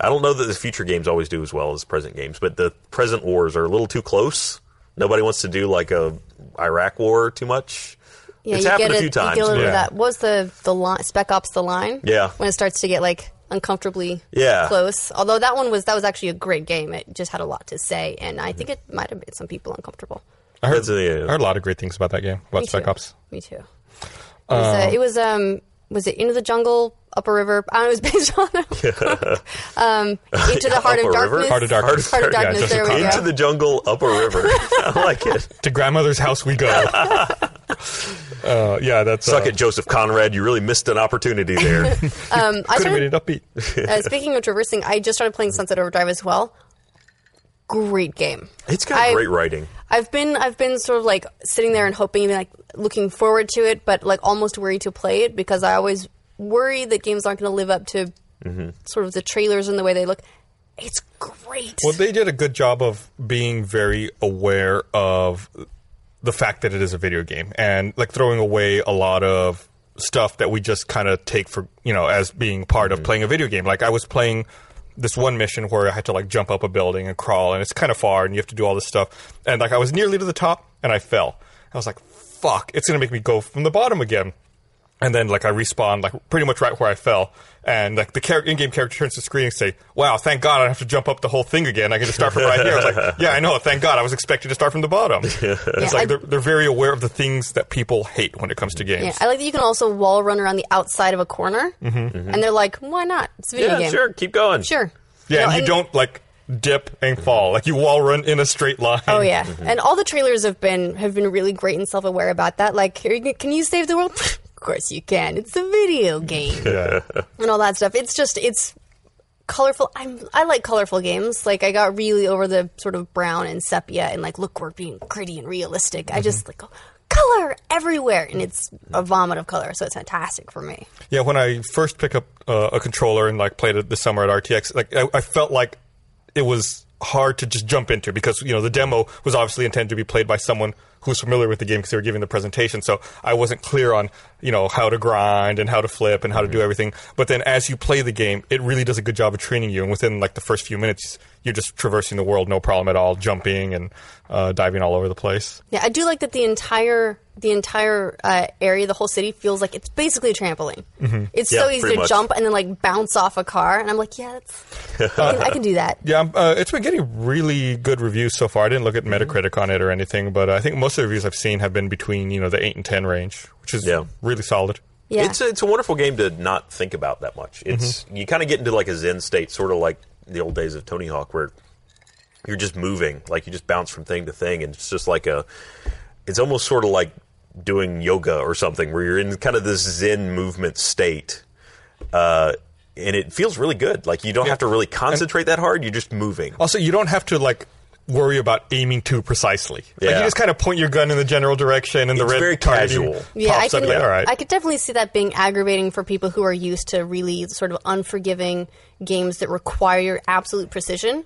[SPEAKER 3] I don't know that the future games always do as well as present games, but the present wars are a little too close. Nobody wants to do like a Iraq war too much.
[SPEAKER 5] Yeah,
[SPEAKER 3] it's
[SPEAKER 5] you
[SPEAKER 3] happened
[SPEAKER 5] get
[SPEAKER 3] a few times.
[SPEAKER 5] You get a little
[SPEAKER 3] but-
[SPEAKER 5] bit of
[SPEAKER 2] Yeah.
[SPEAKER 5] that. What was the the line, Spec Ops the line?
[SPEAKER 3] Yeah.
[SPEAKER 5] when it starts to get like uncomfortably
[SPEAKER 3] Yeah.
[SPEAKER 5] close. Although that one was that was actually a great game. It just had a lot to say, and I think it might have made some people uncomfortable.
[SPEAKER 2] I heard,
[SPEAKER 3] That's a-
[SPEAKER 2] I heard a lot of great things about that game, about
[SPEAKER 5] Me
[SPEAKER 2] Spec
[SPEAKER 5] too.
[SPEAKER 2] Ops.
[SPEAKER 5] Me too. It was, uh, it was um was it Into the Jungle, Upper River? I don't know, it was based on um, Into the Heart of
[SPEAKER 3] Upper River?
[SPEAKER 5] Darkness.
[SPEAKER 2] Heart of Darkness.
[SPEAKER 5] Heart of
[SPEAKER 2] Heart of
[SPEAKER 5] Darkness.
[SPEAKER 2] Darkness.
[SPEAKER 5] there we
[SPEAKER 3] Into
[SPEAKER 5] go.
[SPEAKER 3] the jungle, up a river. I like it.
[SPEAKER 2] To grandmother's house we go. uh, yeah, that's
[SPEAKER 3] Suck
[SPEAKER 2] uh,
[SPEAKER 3] it, Joseph Conrad. You really missed an opportunity there.
[SPEAKER 5] um,
[SPEAKER 2] Could have
[SPEAKER 5] I
[SPEAKER 2] made it
[SPEAKER 5] started,
[SPEAKER 2] upbeat.
[SPEAKER 5] uh, speaking of traversing, I just started playing Sunset Overdrive as well. Great game.
[SPEAKER 3] It's got
[SPEAKER 5] I-
[SPEAKER 3] great writing.
[SPEAKER 5] I've been I've been sort of like sitting there and hoping and like looking forward to it, but like almost worried to play it because I always worry that games aren't going to live up to
[SPEAKER 2] Mm-hmm.
[SPEAKER 5] sort of the trailers and the way they look. It's great.
[SPEAKER 2] Well, they did a good job of being very aware of the fact that it is a video game and like throwing away a lot of stuff that we just kind of take for, you know, as being part of playing a video game. Like I was playing this one mission where I had to like jump up a building and crawl and it's kind of far and you have to do all this stuff. And like I was nearly to the top and I fell. I was like, fuck, it's going to make me go from the bottom again and then like I respawn like pretty much right where I fell, and like the char- in-game character turns to the screen and say, "Wow, thank God I don't have to jump up the whole thing again. I can just start from right here." I was like, "Yeah, I know. Thank God I was expected to start from the bottom." It's
[SPEAKER 5] I-
[SPEAKER 2] like they're, they're very aware of the things that people hate when it comes to games.
[SPEAKER 5] yeah, I like that you can also wall run around the outside of a corner, and they're Oh, like, "Why not? It's a video
[SPEAKER 3] Yeah,
[SPEAKER 5] game.
[SPEAKER 3] sure. Keep going.
[SPEAKER 5] sure."
[SPEAKER 2] Mm-hmm. Yeah,
[SPEAKER 5] You know,
[SPEAKER 2] and you don't like dip and fall like you wall run in a straight line.
[SPEAKER 5] Oh yeah, and all the trailers have been have been really great and self aware about that. Like, here you can- can you save the world? of course you can. It's a video game.
[SPEAKER 2] Yeah.
[SPEAKER 5] and all that stuff. It's just it's colorful. I'm I like colorful games. Like I got really over the sort of brown and sepia and like look we're being gritty and realistic. I just like go, color everywhere and it's a vomit of color, so it's fantastic for me.
[SPEAKER 2] Yeah, when I first picked up uh, a controller and like played it this summer at RTX, like I, I felt like it was hard to just jump into because you know the demo was obviously intended to be played by someone who was familiar with the game because they were giving the presentation. So I wasn't clear on you know how to grind and how to flip and how to do everything. But then as you play the game, it really does a good job of training you. And within like the first few minutes, you're just traversing the world, no problem at all, jumping and uh, diving all over the place.
[SPEAKER 5] Yeah, I do like that the entire the entire uh, area, the whole city feels like it's basically a trampoline. It's
[SPEAKER 3] Mm-hmm. Yeah,
[SPEAKER 5] so easy
[SPEAKER 3] pretty
[SPEAKER 5] to
[SPEAKER 3] much.
[SPEAKER 5] jump and then like bounce off a car, and I'm like, yeah, that's, I, can, I can do that.
[SPEAKER 2] Yeah, I'm- uh, it's been getting really good reviews so far. I didn't look at
[SPEAKER 3] Mm-hmm.
[SPEAKER 2] Metacritic on it or anything, but I think most of the reviews I've seen have been between you know the eight and ten range, which is
[SPEAKER 3] Yeah.
[SPEAKER 2] really solid.
[SPEAKER 5] Yeah.
[SPEAKER 3] It's a, it's a wonderful game to not think about that much. It's you kind of get into like a zen state, sort of like the old days of Tony Hawk, where you're just moving, like you just bounce from thing to thing, and it's just like a. It's almost sort of like doing yoga or something, where you're in kind of this zen movement state, uh, and it feels really good. Like you don't have to really concentrate that hard; you're just moving.
[SPEAKER 2] Also, you don't have to like worry about aiming too precisely. Like,
[SPEAKER 3] Yeah.
[SPEAKER 2] you just kind of point your gun in the general direction, and the
[SPEAKER 3] It's
[SPEAKER 2] red
[SPEAKER 3] very
[SPEAKER 2] targeting
[SPEAKER 3] casual.
[SPEAKER 5] Yeah,
[SPEAKER 2] pops
[SPEAKER 5] I can,
[SPEAKER 2] up. Like, all right,
[SPEAKER 5] I could definitely see that being aggravating for people who are used to really sort of unforgiving games that require your absolute precision.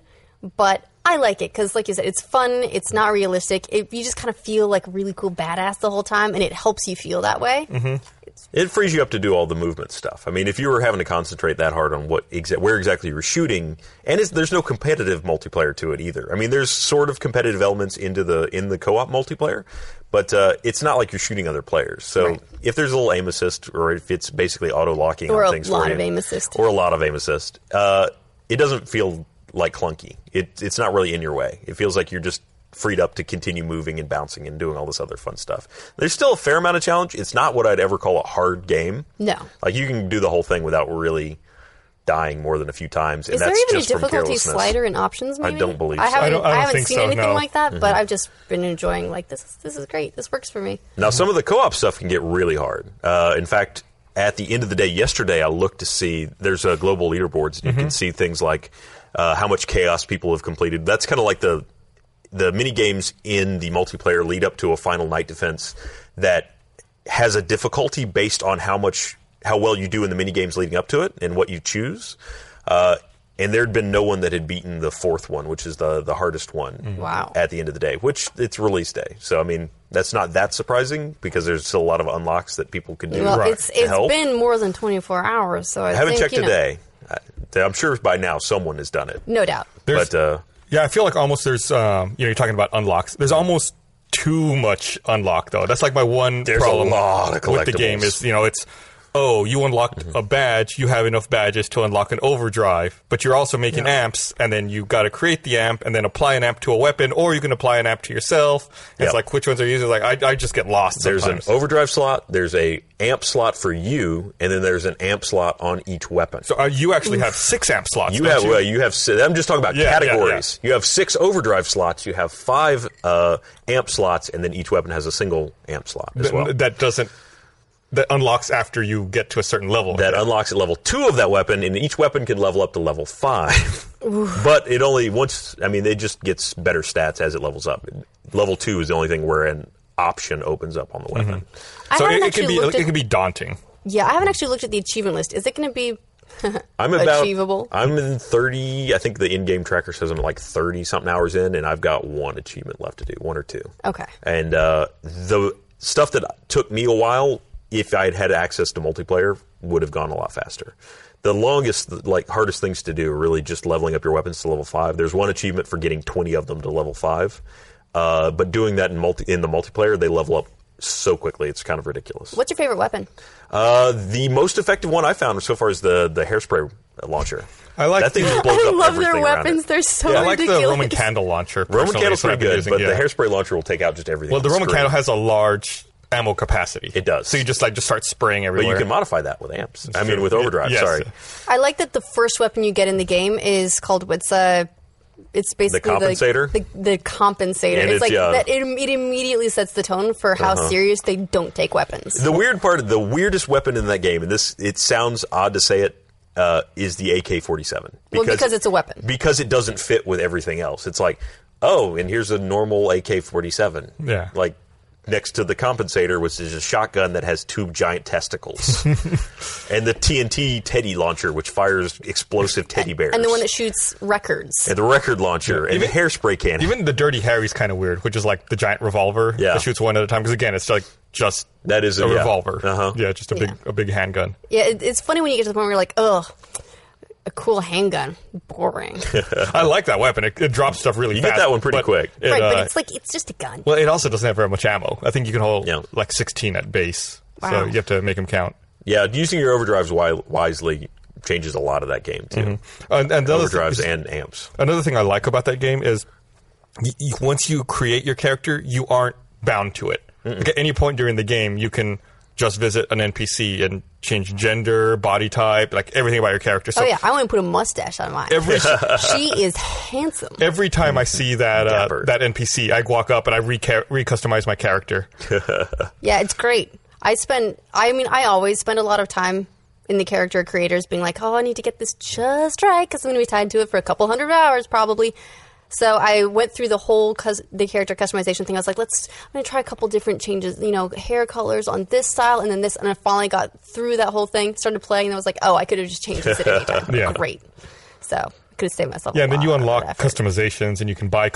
[SPEAKER 5] But I like it because, like you said, it's fun. It's not realistic. It, you just kind of feel like really cool badass the whole time, and it helps you feel that way.
[SPEAKER 3] Mm-hmm. It frees you up to do all the movement stuff. I mean, if you were having to concentrate that hard on what exa- where exactly you were shooting, and it's, there's no competitive multiplayer to it either. I mean, there's sort of competitive elements into the in the co-op multiplayer, but uh, it's not like you're shooting other players. So
[SPEAKER 5] Right.
[SPEAKER 3] if there's a little aim assist, or if it's basically auto locking
[SPEAKER 5] Or
[SPEAKER 3] on
[SPEAKER 5] a
[SPEAKER 3] things
[SPEAKER 5] lot
[SPEAKER 3] for you,
[SPEAKER 5] of aim assist.
[SPEAKER 3] or a lot of aim assist, uh, it doesn't feel like clunky. It, it's not really in your way. It feels like you're just freed up to continue moving and bouncing and doing all this other fun stuff. There's still a fair amount of challenge. It's not what I'd ever call a hard game.
[SPEAKER 5] No.
[SPEAKER 3] Like you can do the whole thing without really dying more than a few times. And
[SPEAKER 5] Is there
[SPEAKER 3] that's
[SPEAKER 5] even a
[SPEAKER 3] just from
[SPEAKER 5] difficulty
[SPEAKER 3] carelessness.
[SPEAKER 5] slider in options? Maybe?
[SPEAKER 3] don't believe
[SPEAKER 5] I
[SPEAKER 3] so.
[SPEAKER 5] haven't.
[SPEAKER 2] I don't- I don't
[SPEAKER 5] haven't
[SPEAKER 2] think
[SPEAKER 5] seen
[SPEAKER 2] so,
[SPEAKER 5] anything
[SPEAKER 2] no. Mm-hmm.
[SPEAKER 5] like that, but I've just been enjoying like this. is- This is great. This works for me.
[SPEAKER 3] Now, some of the co-op stuff can get really hard. Uh, in fact, at the end of the day yesterday, I looked to see there's a global leaderboards, and you
[SPEAKER 5] Mm-hmm.
[SPEAKER 3] can see things like uh, how much chaos people have completed. That's kind of like the the mini games in the multiplayer lead up to a final night defense that has a difficulty based on how much how well you do in the mini games leading up to it and what you choose. Uh, and there'd been no one that had beaten the fourth one, which is the the hardest one.
[SPEAKER 5] Wow.
[SPEAKER 3] At the end of the day, which it's release day, so I mean that's not that surprising because there's still a lot of unlocks that people could do.
[SPEAKER 5] Well,
[SPEAKER 2] Right.
[SPEAKER 5] it's
[SPEAKER 3] to
[SPEAKER 5] it's
[SPEAKER 3] help.
[SPEAKER 5] been more than 24 hours, so I,
[SPEAKER 3] I haven't
[SPEAKER 5] think,
[SPEAKER 3] checked
[SPEAKER 5] you know,
[SPEAKER 3] today. I, I'm sure by now someone has done it.
[SPEAKER 5] No doubt.
[SPEAKER 2] There's-
[SPEAKER 3] but uh,
[SPEAKER 2] Yeah, I feel like almost there's um, you know you're talking about unlocks. There's almost too much unlock though. That's like my one
[SPEAKER 3] There's a
[SPEAKER 2] problem
[SPEAKER 3] lot of
[SPEAKER 2] with the
[SPEAKER 3] collectibles. Mm-hmm.
[SPEAKER 2] game is you know it's oh you unlocked a badge, you have enough badges to unlock an overdrive, but you're also making amps, and then you got to create the amp and then apply an amp to a weapon, or you can apply an amp to yourself. It's
[SPEAKER 3] Yep.
[SPEAKER 2] like which ones are you using? Like I, I just get lost.
[SPEAKER 3] there's an
[SPEAKER 2] sometimes.
[SPEAKER 3] overdrive slot, there's a amp slot for you, and then there's an amp slot on each weapon.
[SPEAKER 2] so uh, you actually have six amp slots.
[SPEAKER 3] you
[SPEAKER 2] don't
[SPEAKER 3] have
[SPEAKER 2] you?
[SPEAKER 3] well, you have. si- I'm just talking about
[SPEAKER 2] Yeah, yeah,
[SPEAKER 3] categories. You have six overdrive slots. You have five uh, amp slots, and then each weapon has a single amp slot as
[SPEAKER 2] Th-
[SPEAKER 3] well.
[SPEAKER 2] that doesn't that unlocks after you get to a certain level.
[SPEAKER 3] that unlocks at level two of that weapon, and each weapon can level up to level five. but it only once. I mean, it just gets better stats as it levels up. Level two is the only thing where an option opens up on the weapon.
[SPEAKER 5] I
[SPEAKER 2] so
[SPEAKER 5] haven't
[SPEAKER 2] it, it
[SPEAKER 5] actually
[SPEAKER 2] can be
[SPEAKER 5] looked
[SPEAKER 2] it
[SPEAKER 5] at-
[SPEAKER 2] can be daunting.
[SPEAKER 5] Yeah, I haven't actually looked at the achievement list. Is it going to be
[SPEAKER 3] I'm about
[SPEAKER 5] Achievable.
[SPEAKER 3] I'm in 30. I think the in-game tracker says I'm like 30 something hours in, and I've got one achievement left to do, one or two.
[SPEAKER 5] Okay.
[SPEAKER 3] And uh, the stuff that took me a while, if I had had access to multiplayer, would have gone a lot faster. The longest, like hardest things to do, are really just leveling up your weapons to level five. There's one achievement for getting 20 of them to level five, uh, but doing that in multi in the multiplayer, they level up so quickly. It's kind of ridiculous.
[SPEAKER 5] What's your favorite weapon?
[SPEAKER 3] Uh, the most effective one I found so far is the the hairspray launcher.
[SPEAKER 2] I like
[SPEAKER 3] that thing.
[SPEAKER 2] the-
[SPEAKER 3] Just blows
[SPEAKER 5] I
[SPEAKER 3] up
[SPEAKER 5] love their
[SPEAKER 3] everything around
[SPEAKER 5] weapons.
[SPEAKER 3] it.
[SPEAKER 5] They're so
[SPEAKER 2] I like
[SPEAKER 5] ridiculous.
[SPEAKER 2] the Roman candle launcher.
[SPEAKER 3] Roman
[SPEAKER 2] personally,
[SPEAKER 3] candle's
[SPEAKER 2] so I've
[SPEAKER 3] pretty
[SPEAKER 2] been
[SPEAKER 3] good,
[SPEAKER 2] using-
[SPEAKER 3] but the
[SPEAKER 2] yeah.
[SPEAKER 3] hairspray launcher will take out just everything.
[SPEAKER 2] well, the
[SPEAKER 3] on
[SPEAKER 2] Roman
[SPEAKER 3] screen.
[SPEAKER 2] candle has a large ammo capacity.
[SPEAKER 3] It does.
[SPEAKER 2] So you just like just start spraying
[SPEAKER 3] But
[SPEAKER 2] everywhere.
[SPEAKER 3] you can modify that with amps. I mean,
[SPEAKER 2] true.
[SPEAKER 3] with overdrive.
[SPEAKER 2] Yes.
[SPEAKER 3] Sorry,
[SPEAKER 5] I like that the first weapon you get in the game is called what's a. It's basically
[SPEAKER 3] compensator?
[SPEAKER 5] The, the, compensator.
[SPEAKER 3] And
[SPEAKER 5] it's,
[SPEAKER 3] it's,
[SPEAKER 5] like
[SPEAKER 3] yeah. Uh-huh.
[SPEAKER 5] that. It, it immediately sets the tone for how serious they don't take weapons.
[SPEAKER 3] the weird part, the weirdest weapon in that game, and this it sounds odd to say it, uh, is the AK-47.
[SPEAKER 5] Well, because it's a weapon.
[SPEAKER 3] Because it doesn't fit with everything else. It's like, oh, and here's a normal AK-47.
[SPEAKER 2] Yeah.
[SPEAKER 3] like. Next to the compensator, which is a shotgun that has two giant testicles, and the TNT teddy launcher, which fires explosive teddy bears,
[SPEAKER 5] and the one that shoots records.
[SPEAKER 3] and the record launcher, and the
[SPEAKER 2] Even-
[SPEAKER 3] hairspray cannon.
[SPEAKER 2] Even the Dirty Harry's kind of weird, which is like the giant revolver
[SPEAKER 3] Yeah.
[SPEAKER 2] that shoots one at a time. Because again, it's like just
[SPEAKER 3] That is a- yeah.
[SPEAKER 2] revolver.
[SPEAKER 3] Uh-huh.
[SPEAKER 2] Yeah, just a big a big handgun.
[SPEAKER 5] Yeah, it, it's funny when you get to the point where you're like, ugh, a cool handgun, boring. right,
[SPEAKER 2] I like that weapon. It, it drops stuff really
[SPEAKER 3] Uh-huh. You get
[SPEAKER 2] fast.
[SPEAKER 3] that one pretty
[SPEAKER 2] but
[SPEAKER 3] quick.
[SPEAKER 2] it,
[SPEAKER 5] but
[SPEAKER 2] uh,
[SPEAKER 5] it's like it's just a gun.
[SPEAKER 2] well, it also doesn't have very much ammo. I think you can hold
[SPEAKER 3] Yeah.
[SPEAKER 2] like 16 at base. So
[SPEAKER 5] Wow.
[SPEAKER 2] you have to make them count.
[SPEAKER 3] Yeah, using your overdrives wi- wisely changes a lot of that game too.
[SPEAKER 2] And, and the other thing
[SPEAKER 3] Overdrives
[SPEAKER 2] is-
[SPEAKER 3] and amps.
[SPEAKER 2] another thing I like about that game is y y once you create your character, you aren't bound to it. Like at any point during the game, you can just visit an NPC and change gender, body type, like everything about your character. So
[SPEAKER 5] oh yeah, I want to put a mustache on mine.
[SPEAKER 2] every
[SPEAKER 5] she is handsome.
[SPEAKER 2] every time I see that uh,
[SPEAKER 3] Dapper.
[SPEAKER 2] that NPC, I walk up and I reca- recustomize my character.
[SPEAKER 5] Yeah, it's great. I spend, I mean, I always spend a lot of time in the character creators being like, oh, I need to get this just right because I'm going to be tied to it for a couple hundred hours probably. So I went through the whole cus- the character customization thing. I was like, let's, I'm going to try a couple different changes, you know, hair colors on this style and then this. And I finally got through that whole thing, started playing, and I was like, oh, I could have just changed this at any time.
[SPEAKER 2] Yeah.
[SPEAKER 5] Great. So I could have saved myself
[SPEAKER 2] Yeah,
[SPEAKER 5] a
[SPEAKER 2] and then you
[SPEAKER 5] lot of
[SPEAKER 2] unlock
[SPEAKER 5] effort.
[SPEAKER 2] customizations, and you can buy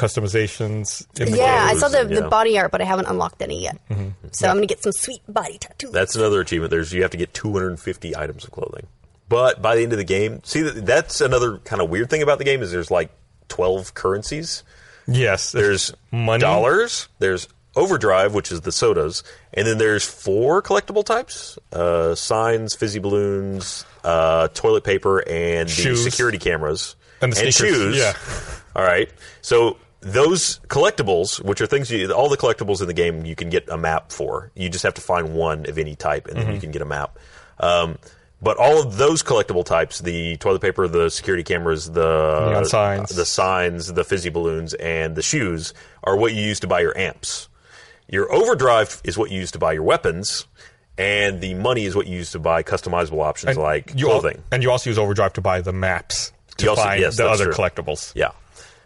[SPEAKER 2] customizations. In the
[SPEAKER 5] Yeah, I
[SPEAKER 2] game.
[SPEAKER 5] saw the,
[SPEAKER 3] Yeah.
[SPEAKER 5] the body art, but I haven't unlocked any yet.
[SPEAKER 2] Mm-hmm.
[SPEAKER 5] So I'm going to get some sweet body tattoos.
[SPEAKER 3] That's another achievement. There's you have to get 250 items of clothing. But by the end of the game, see th- that's another kind of weird thing about the game is there's like 12 currencies.
[SPEAKER 2] yes.
[SPEAKER 3] There's
[SPEAKER 2] money.
[SPEAKER 3] dollars. There's overdrive, which is the sodas, and then there's four collectible types: uh, signs, fizzy balloons, uh, toilet paper, and
[SPEAKER 2] Shoes.
[SPEAKER 3] the security cameras
[SPEAKER 2] And the sneakers,
[SPEAKER 3] shoes.
[SPEAKER 2] yeah.
[SPEAKER 3] All right. So those collectibles, which are things you, all the collectibles in the game, you can get a map for. You just have to find one of any type, and then
[SPEAKER 2] Mm-hmm.
[SPEAKER 3] you can get a map. Um, but all of those collectible types, the toilet paper, the security cameras, the
[SPEAKER 2] Neon signs.
[SPEAKER 3] the signs, the fizzy balloons, and the shoes are what you use to buy your amps. Your overdrive is what you use to buy your weapons, and the money is what you use to buy customizable options
[SPEAKER 2] And
[SPEAKER 3] like
[SPEAKER 2] you al-
[SPEAKER 3] clothing.
[SPEAKER 2] and you also use Overdrive to buy the maps to
[SPEAKER 3] You also-
[SPEAKER 2] find
[SPEAKER 3] yes,
[SPEAKER 2] the
[SPEAKER 3] that's
[SPEAKER 2] other
[SPEAKER 3] true.
[SPEAKER 2] collectibles.
[SPEAKER 3] yeah.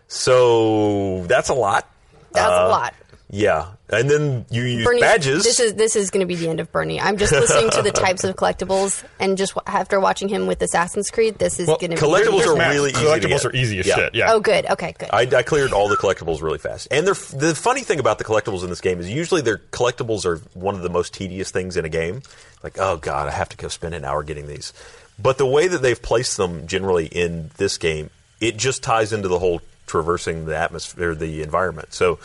[SPEAKER 3] So that's a lot.
[SPEAKER 5] That's a lot.
[SPEAKER 3] Yeah, and then you use
[SPEAKER 5] Bernie,
[SPEAKER 3] Uh, badges.
[SPEAKER 5] This is this is going to be the end of Bernie. I'm just listening to the types of collectibles, and just wa- after watching him with Assassin's Creed, this is
[SPEAKER 2] Well,
[SPEAKER 5] going to
[SPEAKER 3] collectibles
[SPEAKER 5] be
[SPEAKER 3] are
[SPEAKER 2] Matt,
[SPEAKER 3] really easy to
[SPEAKER 2] collectibles
[SPEAKER 3] get.
[SPEAKER 2] are easy as
[SPEAKER 3] Yeah.
[SPEAKER 2] shit. Yeah.
[SPEAKER 5] Oh, good. Okay, good.
[SPEAKER 3] I, I cleared all the collectibles really fast, and they're, f- the funny thing about the collectibles in this game is usually their collectibles are one of the most tedious things in a game. Like, oh god, I have to go spend an hour getting these. But the way that they've placed them generally in this game, it just ties into the whole traversing the atmosphere, the environment. So,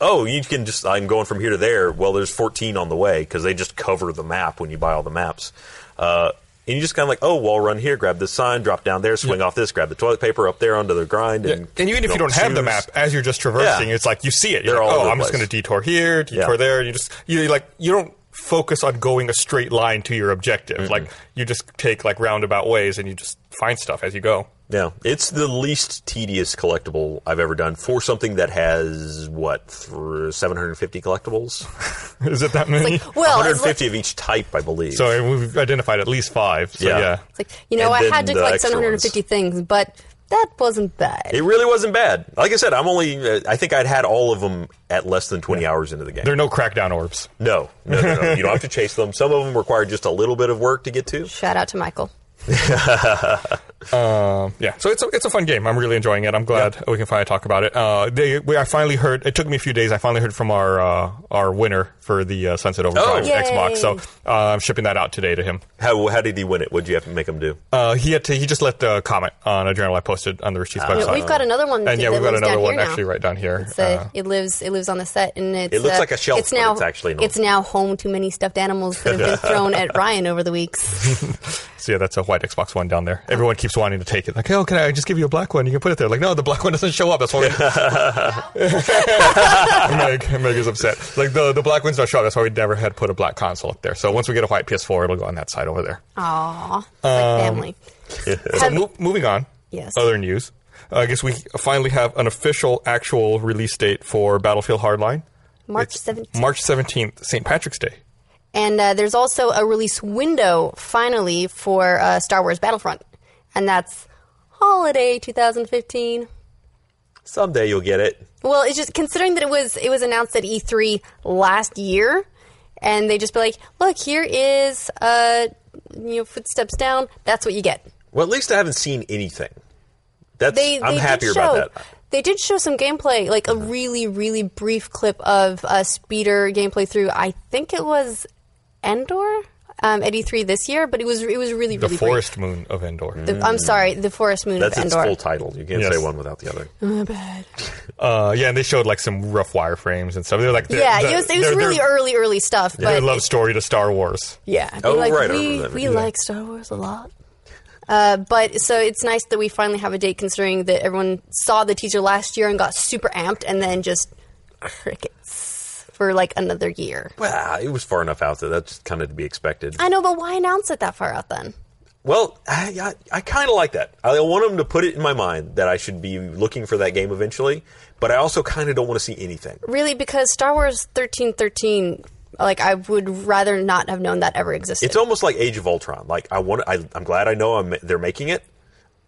[SPEAKER 3] oh, you can just I'm going from here to there. Well, there's 14 on the way because they just cover the map when you buy all the maps. Uh, and you just kind of like, oh, well, run here, grab this sign, drop down there, swing off this, grab the toilet paper up there onto the grind,
[SPEAKER 2] Yeah.
[SPEAKER 3] and,
[SPEAKER 2] And even if you don't have the map, as you're just traversing,
[SPEAKER 3] Yeah.
[SPEAKER 2] it's like you see it. You're
[SPEAKER 3] They're
[SPEAKER 2] like,
[SPEAKER 3] all
[SPEAKER 2] oh,
[SPEAKER 3] over the
[SPEAKER 2] I'm just
[SPEAKER 3] place.
[SPEAKER 2] going to detour here, detour
[SPEAKER 3] Yeah.
[SPEAKER 2] there. You just you like you don't focus on going a straight line to your objective. Like you just take like roundabout ways and you just find stuff as you go.
[SPEAKER 3] no, it's the least tedious collectible I've ever done for something that has what th- 750 collectibles,
[SPEAKER 2] Is it that many?
[SPEAKER 5] well, it's like,
[SPEAKER 3] 150 of each type, I believe.
[SPEAKER 2] so we've identified at least five. So yeah.
[SPEAKER 3] Yeah.
[SPEAKER 5] it's like, you know,
[SPEAKER 3] and
[SPEAKER 5] I
[SPEAKER 3] then uh,
[SPEAKER 5] had to
[SPEAKER 3] the
[SPEAKER 5] collect
[SPEAKER 3] extra
[SPEAKER 5] 750 things, but that wasn't bad.
[SPEAKER 3] it really wasn't bad. Like I said, I'm only uh, I think I'd had all of them at less than 20 hours into the game.
[SPEAKER 2] There are no crackdown orbs.
[SPEAKER 3] no, no, no, no. you don't have to chase them. Some of them require just a little bit of work to get to.
[SPEAKER 5] Shout out to Michael.
[SPEAKER 2] Yeah, so it's a, it's a fun game. I'm really enjoying it. I'm glad we can finally talk about it. Uh, they, we, I finally heard. It took me a few days. I finally heard from our uh, our winner for the uh, Sunset Overdrive
[SPEAKER 3] Yay.
[SPEAKER 2] Xbox. So uh, I'm shipping that out today to him.
[SPEAKER 3] How how did he win it? What would you have to make him do?
[SPEAKER 2] Uh, he had to, he just left a comment on a journal I posted on the Rich Cheese website.
[SPEAKER 5] We've got another one.
[SPEAKER 2] and yeah,
[SPEAKER 5] that
[SPEAKER 2] we've got
[SPEAKER 5] lives
[SPEAKER 2] another
[SPEAKER 5] down
[SPEAKER 2] one
[SPEAKER 5] here now.
[SPEAKER 2] actually right down here.
[SPEAKER 5] It's, uh, it lives. It lives on the set, and it's.
[SPEAKER 3] It looks
[SPEAKER 5] uh,
[SPEAKER 3] like a shelf,
[SPEAKER 5] It's
[SPEAKER 3] but
[SPEAKER 5] now.
[SPEAKER 3] it's actually not.
[SPEAKER 5] It's now home to many stuffed animals that have been thrown at Ryan over the weeks.
[SPEAKER 2] So yeah, that's a white Xbox One down there. Everyone keeps wanting to take it. Like, oh, can I just give you a black one? You can put it there. Like, no, the black one doesn't show up. That's why we... Meg, Meg is upset. Like the the black ones don't show up. That's why we never had put a black console up there. So once we get a white PS4, it'll go on that side over there.
[SPEAKER 5] Uh-huh. Aw, it's
[SPEAKER 3] Um,
[SPEAKER 5] like family.
[SPEAKER 2] So mo- moving on.
[SPEAKER 5] Yes.
[SPEAKER 2] Other news. Uh, I guess we finally have an official, actual release date for Battlefield Hardline.
[SPEAKER 5] March
[SPEAKER 2] It's
[SPEAKER 5] 17th.
[SPEAKER 2] March seventeenth, St. Patrick's Day.
[SPEAKER 5] And uh, there's also a release window finally for uh, Star Wars Battlefront, and that's holiday 2015.
[SPEAKER 3] Someday you'll get it.
[SPEAKER 5] Well, it's just considering that it was it was announced at E3 last year, and they just be like, "Look, here is uh, you know, footsteps down. That's what you get."
[SPEAKER 3] Well, at least I haven't seen anything. That's
[SPEAKER 5] They, they
[SPEAKER 3] I'm happier
[SPEAKER 5] did show,
[SPEAKER 3] about that.
[SPEAKER 5] They did show some gameplay, like a really really brief clip of a speeder gameplay through. I think it was Endor um, at E3 this year, but it was it was really really
[SPEAKER 2] The
[SPEAKER 5] brief.
[SPEAKER 2] Forest Moon of Endor.
[SPEAKER 5] The- I'm sorry, the Forest Moon
[SPEAKER 3] That's
[SPEAKER 5] of
[SPEAKER 3] its
[SPEAKER 5] Endor.
[SPEAKER 3] full title. You can't
[SPEAKER 2] Yes.
[SPEAKER 3] say one without the other.
[SPEAKER 5] My bad.
[SPEAKER 2] Uh, yeah, and they showed like some rough wireframes and stuff. They're like, the-
[SPEAKER 5] yeah,
[SPEAKER 2] the-
[SPEAKER 5] it was, it was
[SPEAKER 2] their- their-
[SPEAKER 5] really early early stuff, but
[SPEAKER 2] their love story to Star Wars.
[SPEAKER 5] Yeah. they're
[SPEAKER 3] Oh,
[SPEAKER 5] like,
[SPEAKER 3] right, I
[SPEAKER 5] We,
[SPEAKER 3] remember that
[SPEAKER 5] we
[SPEAKER 3] video.
[SPEAKER 5] like Star Wars a lot. Uh, but so it's nice that we finally have a date considering that everyone saw the teaser last year and got super amped and then just crickets for like another year.
[SPEAKER 3] Well, it was far enough out that that's kind of to be expected.
[SPEAKER 5] I know, but why announce it that far out then?
[SPEAKER 3] Well, I, I, I kind of like that. I want them to put it in my mind that I should be looking for that game eventually, but I also kind of don't want to see anything.
[SPEAKER 5] Really, because Star Wars 1313, like, I would rather not have known that ever existed.
[SPEAKER 3] It's almost like Age of Ultron. Like I want, I, I'm glad I know I'm, they're making it.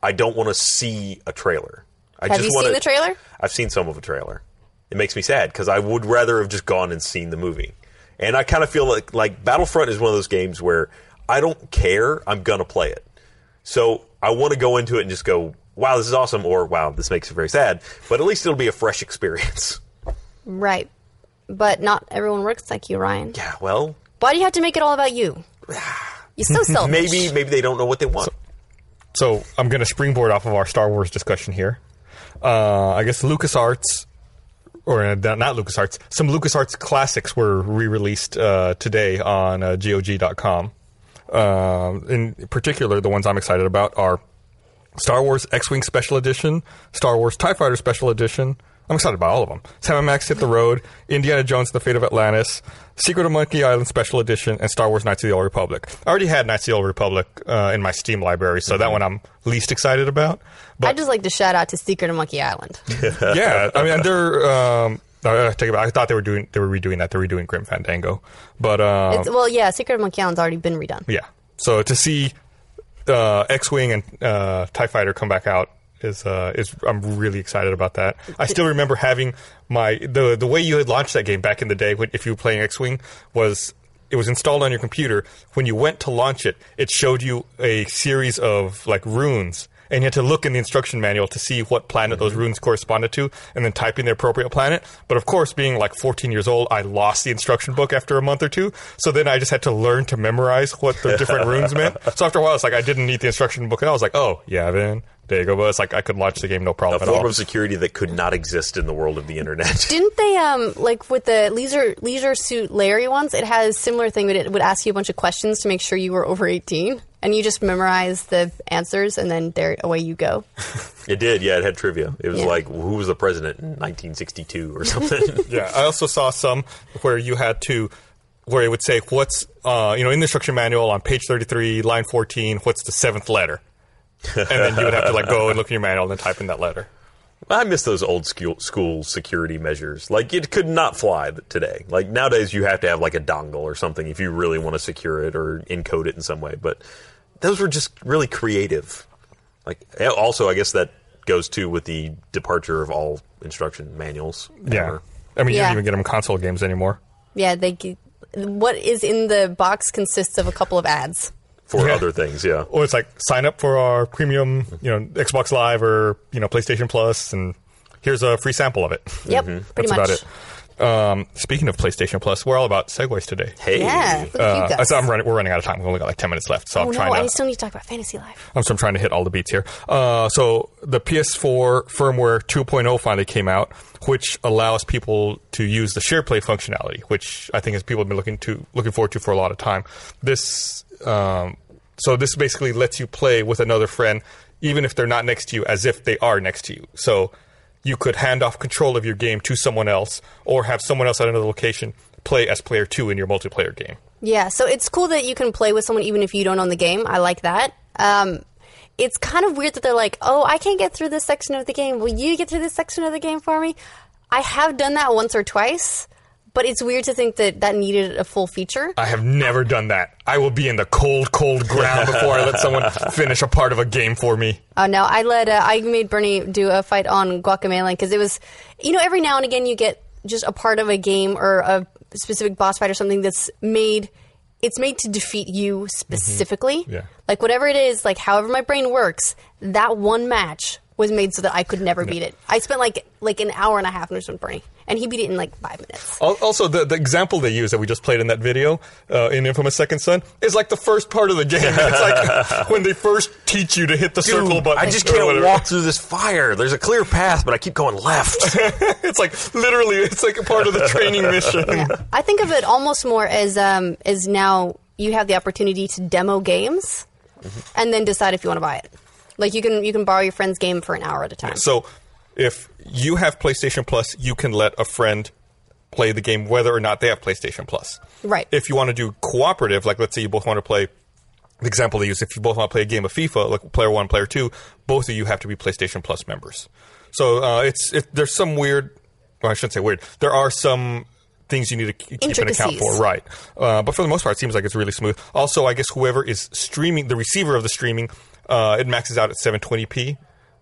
[SPEAKER 3] I don't want to see a trailer. I
[SPEAKER 5] have
[SPEAKER 3] just
[SPEAKER 5] you
[SPEAKER 3] wanna-
[SPEAKER 5] seen the trailer?
[SPEAKER 3] I've seen some of a trailer. It makes me sad because I would rather have just gone and seen the movie. And I kind of feel like like Battlefront is one of those games where I don't care. I'm gonna play it. So I want to go into it and just go, "Wow, this is awesome," or "Wow, this makes it very sad." But at least it'll be a fresh experience.
[SPEAKER 5] Right. But not everyone works like you, Ryan.
[SPEAKER 3] yeah. Well,
[SPEAKER 5] Why do you have to make it all about you? You're so selfish.
[SPEAKER 3] maybe maybe they don't know what they want.
[SPEAKER 2] So I'm going to springboard off of our Star Wars discussion here. Uh, I guess LucasArts, or uh, not not LucasArts, some LucasArts classics were re released uh, today on uh, GOG.com. Um in particular, the ones I'm excited about are Star Wars X Wing Special Edition, Star Wars TIE Fighter Special Edition. I'm excited about all of them. Sam and Max Hit the Road, Indiana Jones and the Fate of Atlantis, Secret of Monkey Island Special Edition, and Star Wars Knights of the Old Republic. I already had Knights of the Old Republic uh, in my Steam library, so that one I'm least excited about.
[SPEAKER 5] I
[SPEAKER 2] But
[SPEAKER 5] just like to shout out to Secret of Monkey Island.
[SPEAKER 2] yeah, I mean, they're. Um, I I take it back. I thought they were doing they were redoing that. They're redoing Grim Fandango, but um,
[SPEAKER 5] It's, well, yeah, Secret of Monkey Island's already been redone.
[SPEAKER 2] Yeah. So to see uh, X Wing and uh, TIE E Fighter come back out is uh, is I'm really excited about that. I still remember having my the the way you had launched that game back in the day when if you were playing X Wing was it was installed on your computer. When you went to launch it, it showed you a series of like runes. And you had to look in the instruction manual to see what planet those
[SPEAKER 3] Mm-hmm.
[SPEAKER 2] runes corresponded to, and then type in the appropriate planet. But of course, being like 14 years old, I lost the instruction book after a month or two. So then I just had to learn to memorize what the different runes meant. So after a while, it's like I didn't need the instruction book, and I was like, oh yeah, then there you go. But it's like I could launch the game no
[SPEAKER 3] A
[SPEAKER 2] problem at all.
[SPEAKER 3] form of security that could not exist in the world of the internet.
[SPEAKER 5] Didn't they um like with the leisure leisure suit Larry ones? It has similar thing, but it would ask you a bunch of questions to make sure you were over eighteen, and you just memorize the answers, and then there away you go.
[SPEAKER 3] It did, yeah. It had trivia. It was
[SPEAKER 5] Yeah.
[SPEAKER 3] like who was the president in 1962 or something.
[SPEAKER 2] Yeah, I also saw some where you had to, where it would say what's, uh, you know, in the instruction manual on page thirty-three, line fourteen, what's the seventh letter, and then you would have to like go and look in your manual and then type in that letter.
[SPEAKER 3] I miss those old school, school security measures. Like it could not fly th- today. Like nowadays, you have to have like a dongle or something if you really want to secure it or encode it in some way. But those were just really creative. Like a- also, I guess that goes too with the departure of all instruction manuals. ever.
[SPEAKER 2] I mean, you don't
[SPEAKER 5] Yeah.
[SPEAKER 2] even get them in console games anymore.
[SPEAKER 5] Yeah, they. g- What is in the box consists of a couple of ads.
[SPEAKER 3] for
[SPEAKER 2] Yeah.
[SPEAKER 3] other things. Yeah,
[SPEAKER 2] Or it's like sign up for our premium, you know, Xbox Live or you know PlayStation Plus, and here's a free sample of it.
[SPEAKER 5] Yep, pretty
[SPEAKER 2] Mm-hmm. That's
[SPEAKER 5] much.
[SPEAKER 2] about it. Um, speaking of PlayStation Plus, we're all about segues today.
[SPEAKER 3] hey,
[SPEAKER 5] Yeah, look at you
[SPEAKER 2] Uh,
[SPEAKER 5] guys.
[SPEAKER 2] so I'm running. We're running out of time. We only got like ten minutes left, so
[SPEAKER 5] oh
[SPEAKER 2] I'm
[SPEAKER 5] no,
[SPEAKER 2] trying to.
[SPEAKER 5] I still need to talk about fantasy life.
[SPEAKER 2] I'm, so I'm trying to hit all the beats here. Uh, so the PS4 firmware 2.0 finally came out, which allows people to use the share play functionality, which I think is people have been looking to looking forward to for a lot of time. This um, so this basically lets you play with another friend, even if they're not next to you, as if they are next to you. So you could hand off control of your game to someone else, or have someone else at another location play as player two in your multiplayer game.
[SPEAKER 5] Yeah, so it's cool that you can play with someone even if you don't own the game. I like that. Um, it's kind of weird that they're like, "Oh, I can't get through this section of the game. Will you get through this section of the game for me?" I have done that once or twice, but it's weird to think that that needed a full feature.
[SPEAKER 2] I have never done that. I will be in the cold, cold ground before I let someone finish a part of a game for me.
[SPEAKER 5] Oh no, I let uh, I made Bernie do a fight on Guacamole because it was, you know, every now and again you get just a part of a game or a specific boss fight or something that's made. It's made to defeat you specifically.
[SPEAKER 2] Yeah.
[SPEAKER 5] Like whatever it is, like however my brain works, that one match was made so that I could never beat it. I spent like like an hour and a half with Bernie, and he beat it in like five minutes.
[SPEAKER 2] Al- Also, the, the example they use that we just played in that video uh, in Infamous Second Son is like the first part of the game. It's like when they first teach you to hit the circle
[SPEAKER 3] Dude,
[SPEAKER 2] button.
[SPEAKER 3] I just
[SPEAKER 2] or
[SPEAKER 3] can't
[SPEAKER 2] whatever.
[SPEAKER 3] walk through this fire. There's a clear path, but I keep going left.
[SPEAKER 2] It's like literally, it's like a part of the training mission.
[SPEAKER 5] Yeah. I think of it almost more as um, as now you have the opportunity to demo games and then decide if you want to buy it. Like you can you can borrow your friend's game for an hour at a time.
[SPEAKER 2] So, if you have PlayStation Plus, you can let a friend play the game whether or not they have PlayStation Plus.
[SPEAKER 5] Right.
[SPEAKER 2] If you want to do cooperative, like let's say you both want to play, the example they use, if you both want to play a game of FIFA, like player one, player two, both of you have to be PlayStation Plus members. So uh, it's it, there's some weird, well, I shouldn't say weird. There are some things you need to k- keep an account for,
[SPEAKER 5] Intricacies.
[SPEAKER 2] right? Uh, but for the most part, it seems like it's really smooth. Also, I guess whoever is streaming, the receiver of the streaming, uh, it maxes out at 720p.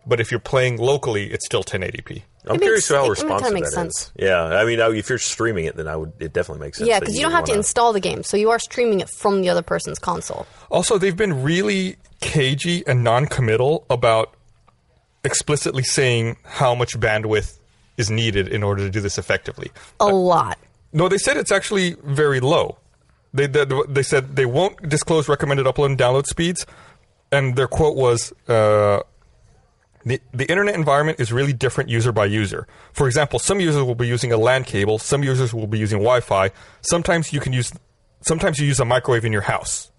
[SPEAKER 2] But if you're playing locally, it's still 1080p.
[SPEAKER 3] I'm
[SPEAKER 5] It
[SPEAKER 3] curious
[SPEAKER 5] makes-
[SPEAKER 3] how
[SPEAKER 5] it- it
[SPEAKER 3] responsive
[SPEAKER 5] kinda
[SPEAKER 3] that
[SPEAKER 5] makes
[SPEAKER 3] is.
[SPEAKER 5] sense.
[SPEAKER 3] Yeah, I mean, I, if you're streaming it, then I would. It definitely makes sense.
[SPEAKER 5] yeah,
[SPEAKER 3] that
[SPEAKER 5] because you don't have to
[SPEAKER 3] wanna-
[SPEAKER 5] install the game, so you are streaming it from the other person's console.
[SPEAKER 2] Also, they've been really cagey and non-committal about explicitly saying how much bandwidth is needed in order to do this effectively.
[SPEAKER 5] A lot.
[SPEAKER 2] No, they said it's actually very low. They, they, they said they won't disclose recommended upload and download speeds, and their quote was, uh, the, the internet environment is really different user by user. For example, some users will be using a LAN cable, some users will be using Wi-Fi. Sometimes you can use, sometimes you use a microwave in your house.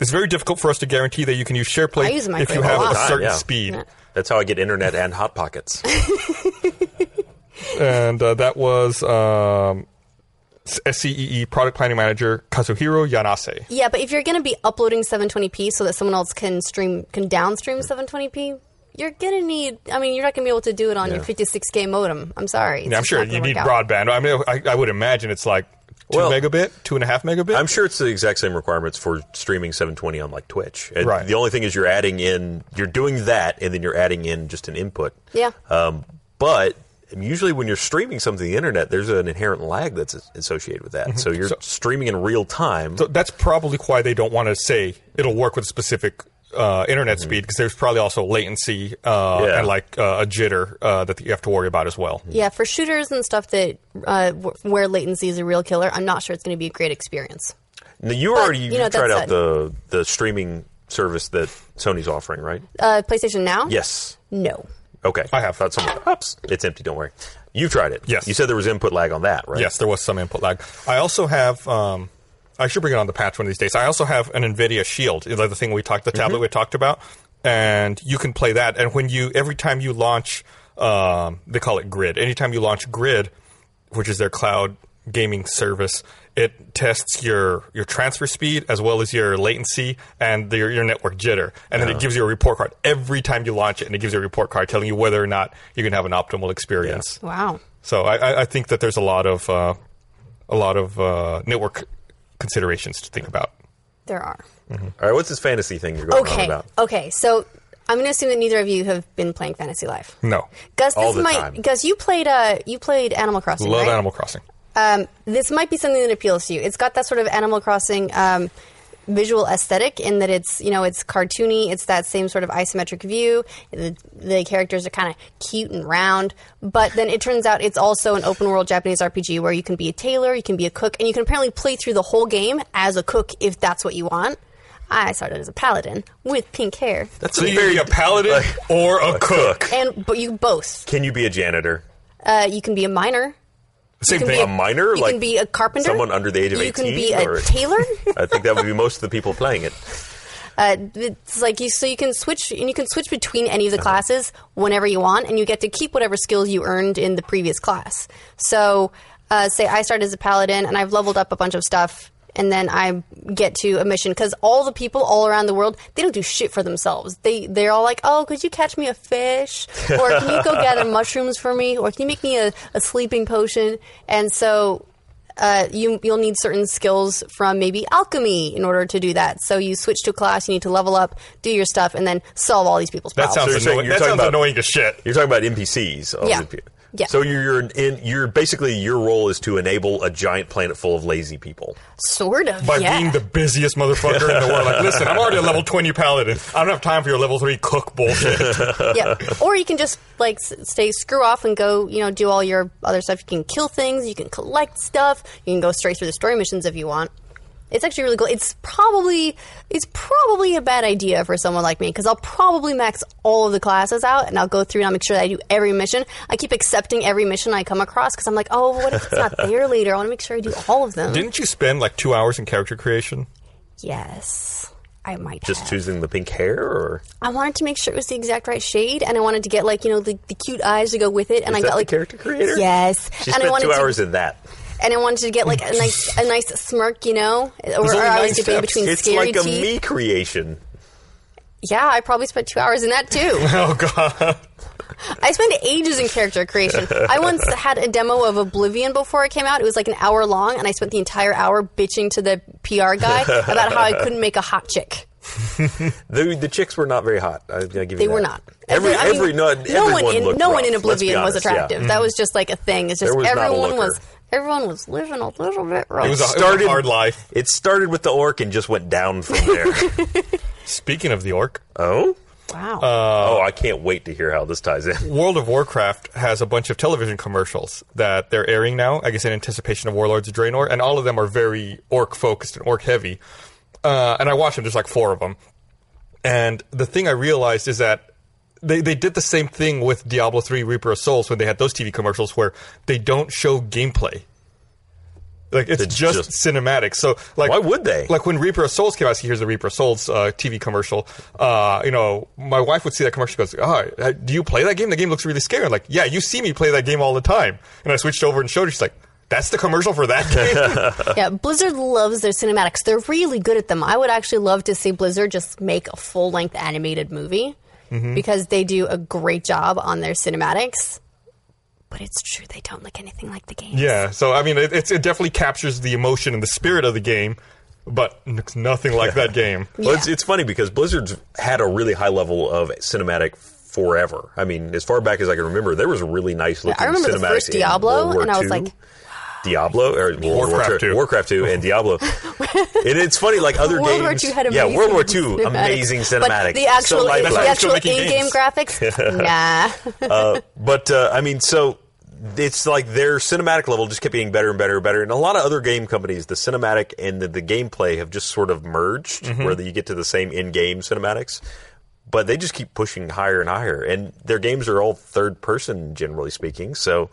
[SPEAKER 2] It's very difficult for us to guarantee that you can use SharePlay
[SPEAKER 5] I use a
[SPEAKER 2] if you
[SPEAKER 5] microwave a
[SPEAKER 2] have a,
[SPEAKER 5] lot.
[SPEAKER 2] certain
[SPEAKER 3] Yeah.
[SPEAKER 2] speed.
[SPEAKER 3] That's how I get internet and hot pockets.
[SPEAKER 2] and uh, that was um, SCEE E product planning manager Kazuhiro Yanase.
[SPEAKER 5] Yeah, but if you're going to be uploading 720p so that someone else can stream can downstream 720p, you're going to need. I mean, you're not going to be able to do it on your 56k modem. I'm sorry. It's
[SPEAKER 2] Yeah, I'm
[SPEAKER 5] just
[SPEAKER 2] sure
[SPEAKER 5] not gonna
[SPEAKER 2] you need
[SPEAKER 5] work out.
[SPEAKER 2] broadband. I mean, I, I would imagine it's like Two
[SPEAKER 3] Well-
[SPEAKER 2] megabit, two and a half megabit.
[SPEAKER 3] I'm sure it's the exact same requirements for streaming 720 on like Twitch. And
[SPEAKER 2] Right.
[SPEAKER 3] The only thing is you're adding in, you're doing that, and then you're adding in just an input.
[SPEAKER 5] Yeah.
[SPEAKER 3] Um, but usually when you're streaming something to the internet, there's an inherent lag that's associated with that. So you're streaming in real time.
[SPEAKER 2] Mm-hmm. So that's probably why they don't want to say it'll work with specific uh, internet speed because there's probably also latency uh,
[SPEAKER 3] Mm-hmm. Yeah.
[SPEAKER 2] and like uh, a jitter uh, that you have to worry about as well.
[SPEAKER 5] Yeah, for shooters and stuff that uh, wh- where latency is a real killer, I'm not sure it's going to be a great experience.
[SPEAKER 3] now, you already
[SPEAKER 5] you know,
[SPEAKER 3] tried
[SPEAKER 5] that's
[SPEAKER 3] out the, the streaming service that Sony's offering, right?
[SPEAKER 5] Uh, PlayStation Now?
[SPEAKER 3] yes.
[SPEAKER 5] No.
[SPEAKER 3] Okay.
[SPEAKER 2] I have.
[SPEAKER 3] Thought someone, oops, it's empty, don't worry. You've tried it.
[SPEAKER 2] Yes.
[SPEAKER 3] You said there was input lag on that, right?
[SPEAKER 2] Yes, there was some input lag. I also have. Um, I should bring it on the patch one of these days. I also have an NVIDIA Shield, you know, the thing we talked, the tablet we talked about, and you can play that. And when you every time you launch, um, they call it Grid. Anytime you launch Grid, which is their cloud gaming service, it tests your your transfer speed as well as your latency and the, your network jitter, and then it gives you a report card every time you launch it, and it gives you a report card telling you whether or not you're going to have an optimal experience.
[SPEAKER 5] Wow.
[SPEAKER 2] So I, I- I think that there's a lot of uh, a lot of uh, network considerations to think about.
[SPEAKER 5] There are.
[SPEAKER 3] All right, what's this fantasy thing you're going on
[SPEAKER 5] Okay.
[SPEAKER 3] about?
[SPEAKER 5] Okay. So I'm going to assume that neither of you have been playing Fantasy Life.
[SPEAKER 2] No,
[SPEAKER 5] Gus,
[SPEAKER 3] All
[SPEAKER 5] this
[SPEAKER 3] the
[SPEAKER 5] might.
[SPEAKER 3] time.
[SPEAKER 5] Gus, you played. Uh, you played Animal Crossing.
[SPEAKER 2] love
[SPEAKER 5] right?
[SPEAKER 2] Animal Crossing.
[SPEAKER 5] Um, this might be something that appeals to you. It's got that sort of Animal Crossing um, visual aesthetic in that it's you know it's cartoony. It's that same sort of isometric view. The, the characters are kind of cute and round, but then it turns out it's also an open world Japanese RPG where you can be a tailor, you can be a cook, and you can apparently play through the whole game as a cook if that's what you want. I started as a paladin with pink hair,
[SPEAKER 3] That's
[SPEAKER 2] So you can be a paladin or a cook.
[SPEAKER 5] and but you both.
[SPEAKER 3] Can you be a janitor?
[SPEAKER 5] Uh, you can be a miner.
[SPEAKER 2] Same
[SPEAKER 5] You can
[SPEAKER 2] thing.
[SPEAKER 5] be
[SPEAKER 3] a miner?
[SPEAKER 5] You
[SPEAKER 3] Like
[SPEAKER 5] can be a carpenter.
[SPEAKER 3] someone under the age of
[SPEAKER 5] You can
[SPEAKER 3] 18
[SPEAKER 5] be a
[SPEAKER 3] or-
[SPEAKER 5] tailor.
[SPEAKER 3] I think that would be most of the people playing it.
[SPEAKER 5] Uh, it's like you, so you can switch and you can switch between any of the classes whenever you want, and you get to keep whatever skills you earned in the previous class. So, uh, say I started as a paladin and I've leveled up a bunch of stuff, and then I get to a mission because all the people all around the world they don't do shit for themselves. They they're all like, oh, could you catch me a fish, or can you go gather mushrooms for me, or can you make me a, a sleeping potion? And so uh, you, you'll need certain skills from maybe alchemy in order to do that. So you switch to a class, you need to level up, do your stuff, and then solve all these people's
[SPEAKER 2] That
[SPEAKER 5] problems.
[SPEAKER 2] sounds
[SPEAKER 3] So you're saying
[SPEAKER 2] annoying.
[SPEAKER 3] you're
[SPEAKER 2] That
[SPEAKER 3] talking
[SPEAKER 2] sounds
[SPEAKER 3] about-
[SPEAKER 2] annoying as shit.
[SPEAKER 3] You're talking about NPCs. on
[SPEAKER 5] Yeah.
[SPEAKER 3] the-
[SPEAKER 5] Yeah.
[SPEAKER 3] So you're, you're in, you're basically your role is to enable a giant planet full of lazy people.
[SPEAKER 5] sort of,
[SPEAKER 2] By
[SPEAKER 5] yeah.
[SPEAKER 2] being the busiest motherfucker in the world, like, listen, I'm already a level 20 paladin. I don't have time for your level 3 cook bullshit.
[SPEAKER 5] yeah. Or you can just like s- stay screw off and go, you know, do all your other stuff. You can kill things, you can collect stuff, you can go straight through the story missions if you want. It's actually really cool. It's probably it's probably a bad idea for someone like me because I'll probably max all of the classes out and I'll go through and I'll make sure that I do every mission. I keep accepting every mission I come across because I'm like, oh, what if it's not there later? I want to make sure I do all of them.
[SPEAKER 2] Didn't you spend like two hours in character creation?
[SPEAKER 5] yes, I might
[SPEAKER 3] Just
[SPEAKER 5] have.
[SPEAKER 3] choosing the pink hair, or
[SPEAKER 5] I wanted to make sure it was the exact right shade, and I wanted to get like you know the, the cute eyes to go with it,
[SPEAKER 3] Is
[SPEAKER 5] and I
[SPEAKER 3] that
[SPEAKER 5] got
[SPEAKER 3] the
[SPEAKER 5] like
[SPEAKER 3] character creator?
[SPEAKER 5] Yes,
[SPEAKER 3] she
[SPEAKER 5] and I
[SPEAKER 3] spent
[SPEAKER 5] wanted
[SPEAKER 3] two hours
[SPEAKER 5] to,
[SPEAKER 3] in that.
[SPEAKER 5] and I wanted to get like a nice a nice smirk, you know, or,
[SPEAKER 2] There's
[SPEAKER 5] or
[SPEAKER 2] only
[SPEAKER 5] I
[SPEAKER 2] nine
[SPEAKER 5] was debating
[SPEAKER 2] steps.
[SPEAKER 5] between
[SPEAKER 3] It's
[SPEAKER 5] scary
[SPEAKER 3] like a
[SPEAKER 5] teeth.
[SPEAKER 3] me creation.
[SPEAKER 5] Yeah, I probably spent two hours in that too.
[SPEAKER 2] Oh, God.
[SPEAKER 5] I spent ages in character creation. I once had a demo of Oblivion before it came out. It was like an hour long, and I spent the entire hour bitching to the PR guy about how I couldn't make a hot chick.
[SPEAKER 3] The, the chicks were not very hot. I, I give you
[SPEAKER 5] They
[SPEAKER 3] that.
[SPEAKER 5] were not.
[SPEAKER 3] Every
[SPEAKER 5] I mean,
[SPEAKER 3] every no,
[SPEAKER 5] no
[SPEAKER 3] everyone
[SPEAKER 5] one in
[SPEAKER 3] looked
[SPEAKER 5] no
[SPEAKER 3] rough,
[SPEAKER 5] one in
[SPEAKER 3] let's be
[SPEAKER 5] Oblivion was
[SPEAKER 3] honest, yeah. Mm-hmm.
[SPEAKER 5] attractive. That was just like a thing. It's just
[SPEAKER 3] There was not a
[SPEAKER 5] everyone
[SPEAKER 3] looker.
[SPEAKER 5] was everyone was living a little bit rough.
[SPEAKER 2] It was a, it was a
[SPEAKER 3] Started-
[SPEAKER 2] hard life.
[SPEAKER 3] It started with the orc and just went down from there.
[SPEAKER 2] Speaking of the orc,
[SPEAKER 5] Uh,
[SPEAKER 3] oh.
[SPEAKER 5] wow.
[SPEAKER 3] Oh, I can't wait to hear how this ties in.
[SPEAKER 2] World of Warcraft has a bunch of television commercials that they're airing now, I guess in anticipation of Warlords of Draenor, and all of them are very orc focused and orc heavy. Uh, and I watched them, there's like four of them. And the thing I realized is that they, they did the same thing with Diablo 3 Reaper of Souls when they had those TV commercials where they don't show gameplay. Like it's
[SPEAKER 3] It's
[SPEAKER 2] just,
[SPEAKER 3] just-
[SPEAKER 2] cinematic. So like
[SPEAKER 3] Why would they?
[SPEAKER 2] Like when Reaper of Souls came out, so here's the Reaper of Souls uh, TV commercial. Uh, you know, my wife would see that commercial. She goes, "Oh, uh, do you play that game? The game looks really scary." I'm like, "Yeah, you see me play that game all the time." And I switched over and showed her. She's like, "That's the commercial for that game."
[SPEAKER 5] Yeah, Blizzard loves their cinematics. They're really good at them. I would actually love to see Blizzard just make a full length
[SPEAKER 3] Mm-hmm.
[SPEAKER 5] animated movie because they do a great job on their cinematics. but it's true they don't look anything like the games.
[SPEAKER 2] Yeah, so I mean, it, it's, it definitely captures the emotion and the spirit of the game, but it's nothing like that game.
[SPEAKER 3] Well, it's, it's funny because Blizzard's had a really high level of cinematic forever. I mean, as far back as I can remember, there was a really nice looking
[SPEAKER 5] I remember the
[SPEAKER 3] cinematics
[SPEAKER 5] first
[SPEAKER 3] in
[SPEAKER 5] Diablo,
[SPEAKER 3] World War
[SPEAKER 5] and I was
[SPEAKER 3] II.
[SPEAKER 5] like,
[SPEAKER 3] Diablo or World War
[SPEAKER 2] Warcraft
[SPEAKER 3] II-
[SPEAKER 2] II.
[SPEAKER 3] Warcraft Two, and Diablo. and it's funny, like other
[SPEAKER 5] World
[SPEAKER 3] games.
[SPEAKER 5] War II had
[SPEAKER 3] yeah,
[SPEAKER 5] amazing
[SPEAKER 3] World War Two,
[SPEAKER 5] cinematics.
[SPEAKER 3] amazing
[SPEAKER 5] But
[SPEAKER 3] cinematic.
[SPEAKER 5] the actual,
[SPEAKER 3] so
[SPEAKER 5] the
[SPEAKER 3] lifelike.
[SPEAKER 2] That's
[SPEAKER 5] actual
[SPEAKER 2] why they're still making
[SPEAKER 5] in-game
[SPEAKER 2] games.
[SPEAKER 5] graphics, nah.
[SPEAKER 3] Uh, but uh, I mean, so it's like their cinematic level just kept getting better and better and better. And a lot of other game companies, the cinematic and the, the gameplay have just sort of merged,
[SPEAKER 2] Mm-hmm.
[SPEAKER 3] where you get to the same in-game cinematics. But they just keep pushing higher and higher, and their games are all third person, generally speaking. So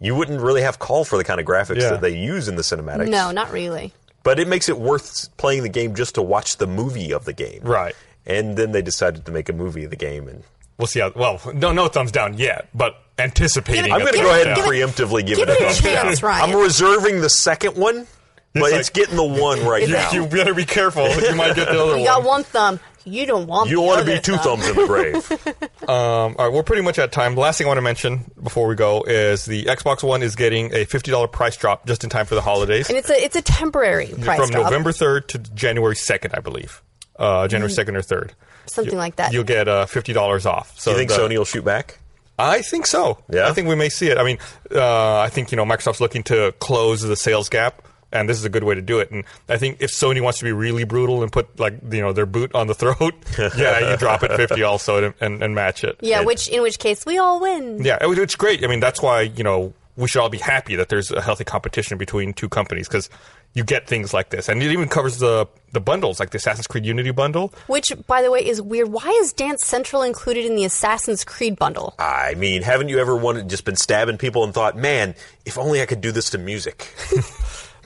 [SPEAKER 3] you wouldn't really have call for the kind of graphics
[SPEAKER 2] Yeah.
[SPEAKER 3] that they use in the cinematics.
[SPEAKER 5] No, not really.
[SPEAKER 3] But it makes it worth playing the game just to watch the movie of the game.
[SPEAKER 2] Right.
[SPEAKER 3] And then they decided to make a movie of the game. And
[SPEAKER 2] We'll see how. Well, no, no thumbs down yet, but anticipating.
[SPEAKER 3] I'm going to
[SPEAKER 2] a
[SPEAKER 3] go
[SPEAKER 2] thumbs
[SPEAKER 3] ahead
[SPEAKER 2] down.
[SPEAKER 3] and
[SPEAKER 5] give it-
[SPEAKER 3] preemptively give,
[SPEAKER 5] give
[SPEAKER 3] it
[SPEAKER 5] it
[SPEAKER 3] a
[SPEAKER 5] a
[SPEAKER 3] thumbs
[SPEAKER 5] chance,
[SPEAKER 3] down.
[SPEAKER 5] Ryan.
[SPEAKER 3] I'm reserving the second one, but
[SPEAKER 2] like-
[SPEAKER 3] it's getting the one right now.
[SPEAKER 2] You better be careful. You might get the other
[SPEAKER 5] You
[SPEAKER 2] one.
[SPEAKER 5] got one thumb. You don't want.
[SPEAKER 3] You don't
[SPEAKER 5] the
[SPEAKER 3] want to be
[SPEAKER 5] other
[SPEAKER 3] two
[SPEAKER 5] thumb.
[SPEAKER 3] thumbs in the grave.
[SPEAKER 2] Um, all right, we're pretty much at time. The last thing I want to mention before we go is the Xbox One is getting a fifty dollar price drop just in time for the holidays
[SPEAKER 5] And it's a it's a temporary price
[SPEAKER 2] from
[SPEAKER 5] drop,
[SPEAKER 2] November third to January second, I believe. Uh, January second or third,
[SPEAKER 5] Mm-hmm. something like that.
[SPEAKER 2] you'll get uh, fifty dollars off. So
[SPEAKER 3] you think
[SPEAKER 2] the-
[SPEAKER 3] Sony will shoot back?
[SPEAKER 2] I think so.
[SPEAKER 3] Yeah?
[SPEAKER 2] I think we may see it. I mean, uh, I think you know Microsoft's looking to close the sales gap, and this is a good way to do it. And I think if Sony wants to be really brutal and put like you know their boot on the throat, yeah, you drop it fifty also and, and, and match it.
[SPEAKER 5] yeah, which in which case we all win.
[SPEAKER 2] Yeah, it was- it's great. I mean, that's why you know we should all be happy that there's a healthy competition between two companies because you get things like this, and it even covers the the bundles like the Assassin's Creed Unity bundle.
[SPEAKER 5] Which, by the way, is weird. Why is Dance Central included in the Assassin's Creed bundle?
[SPEAKER 3] I mean, haven't you ever wanted, just been stabbing people and thought, man, if only I could do this to music?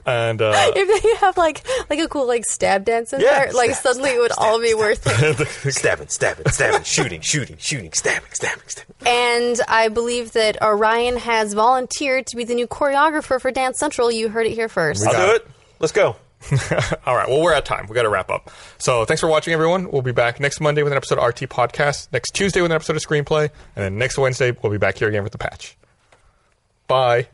[SPEAKER 2] And uh,
[SPEAKER 5] If they have like like a cool like stab dance in
[SPEAKER 3] Yeah,
[SPEAKER 5] there, like
[SPEAKER 3] stab,
[SPEAKER 5] suddenly it would all be worth it.
[SPEAKER 3] stabbing, stabbing, stabbing, shooting, shooting, shooting, stabbing, stabbing, stabbing.
[SPEAKER 5] And I believe that Orion has volunteered to be the new choreographer for Dance Central. You heard it here first.
[SPEAKER 3] I'll do it. Let's go.
[SPEAKER 2] all right, well, we're at time. We got to wrap up. So thanks for watching, everyone. We'll be back next Monday with an episode of RT Podcast. Next Tuesday with an episode of Screenplay, and then next Wednesday we'll be back here again with the patch. Bye.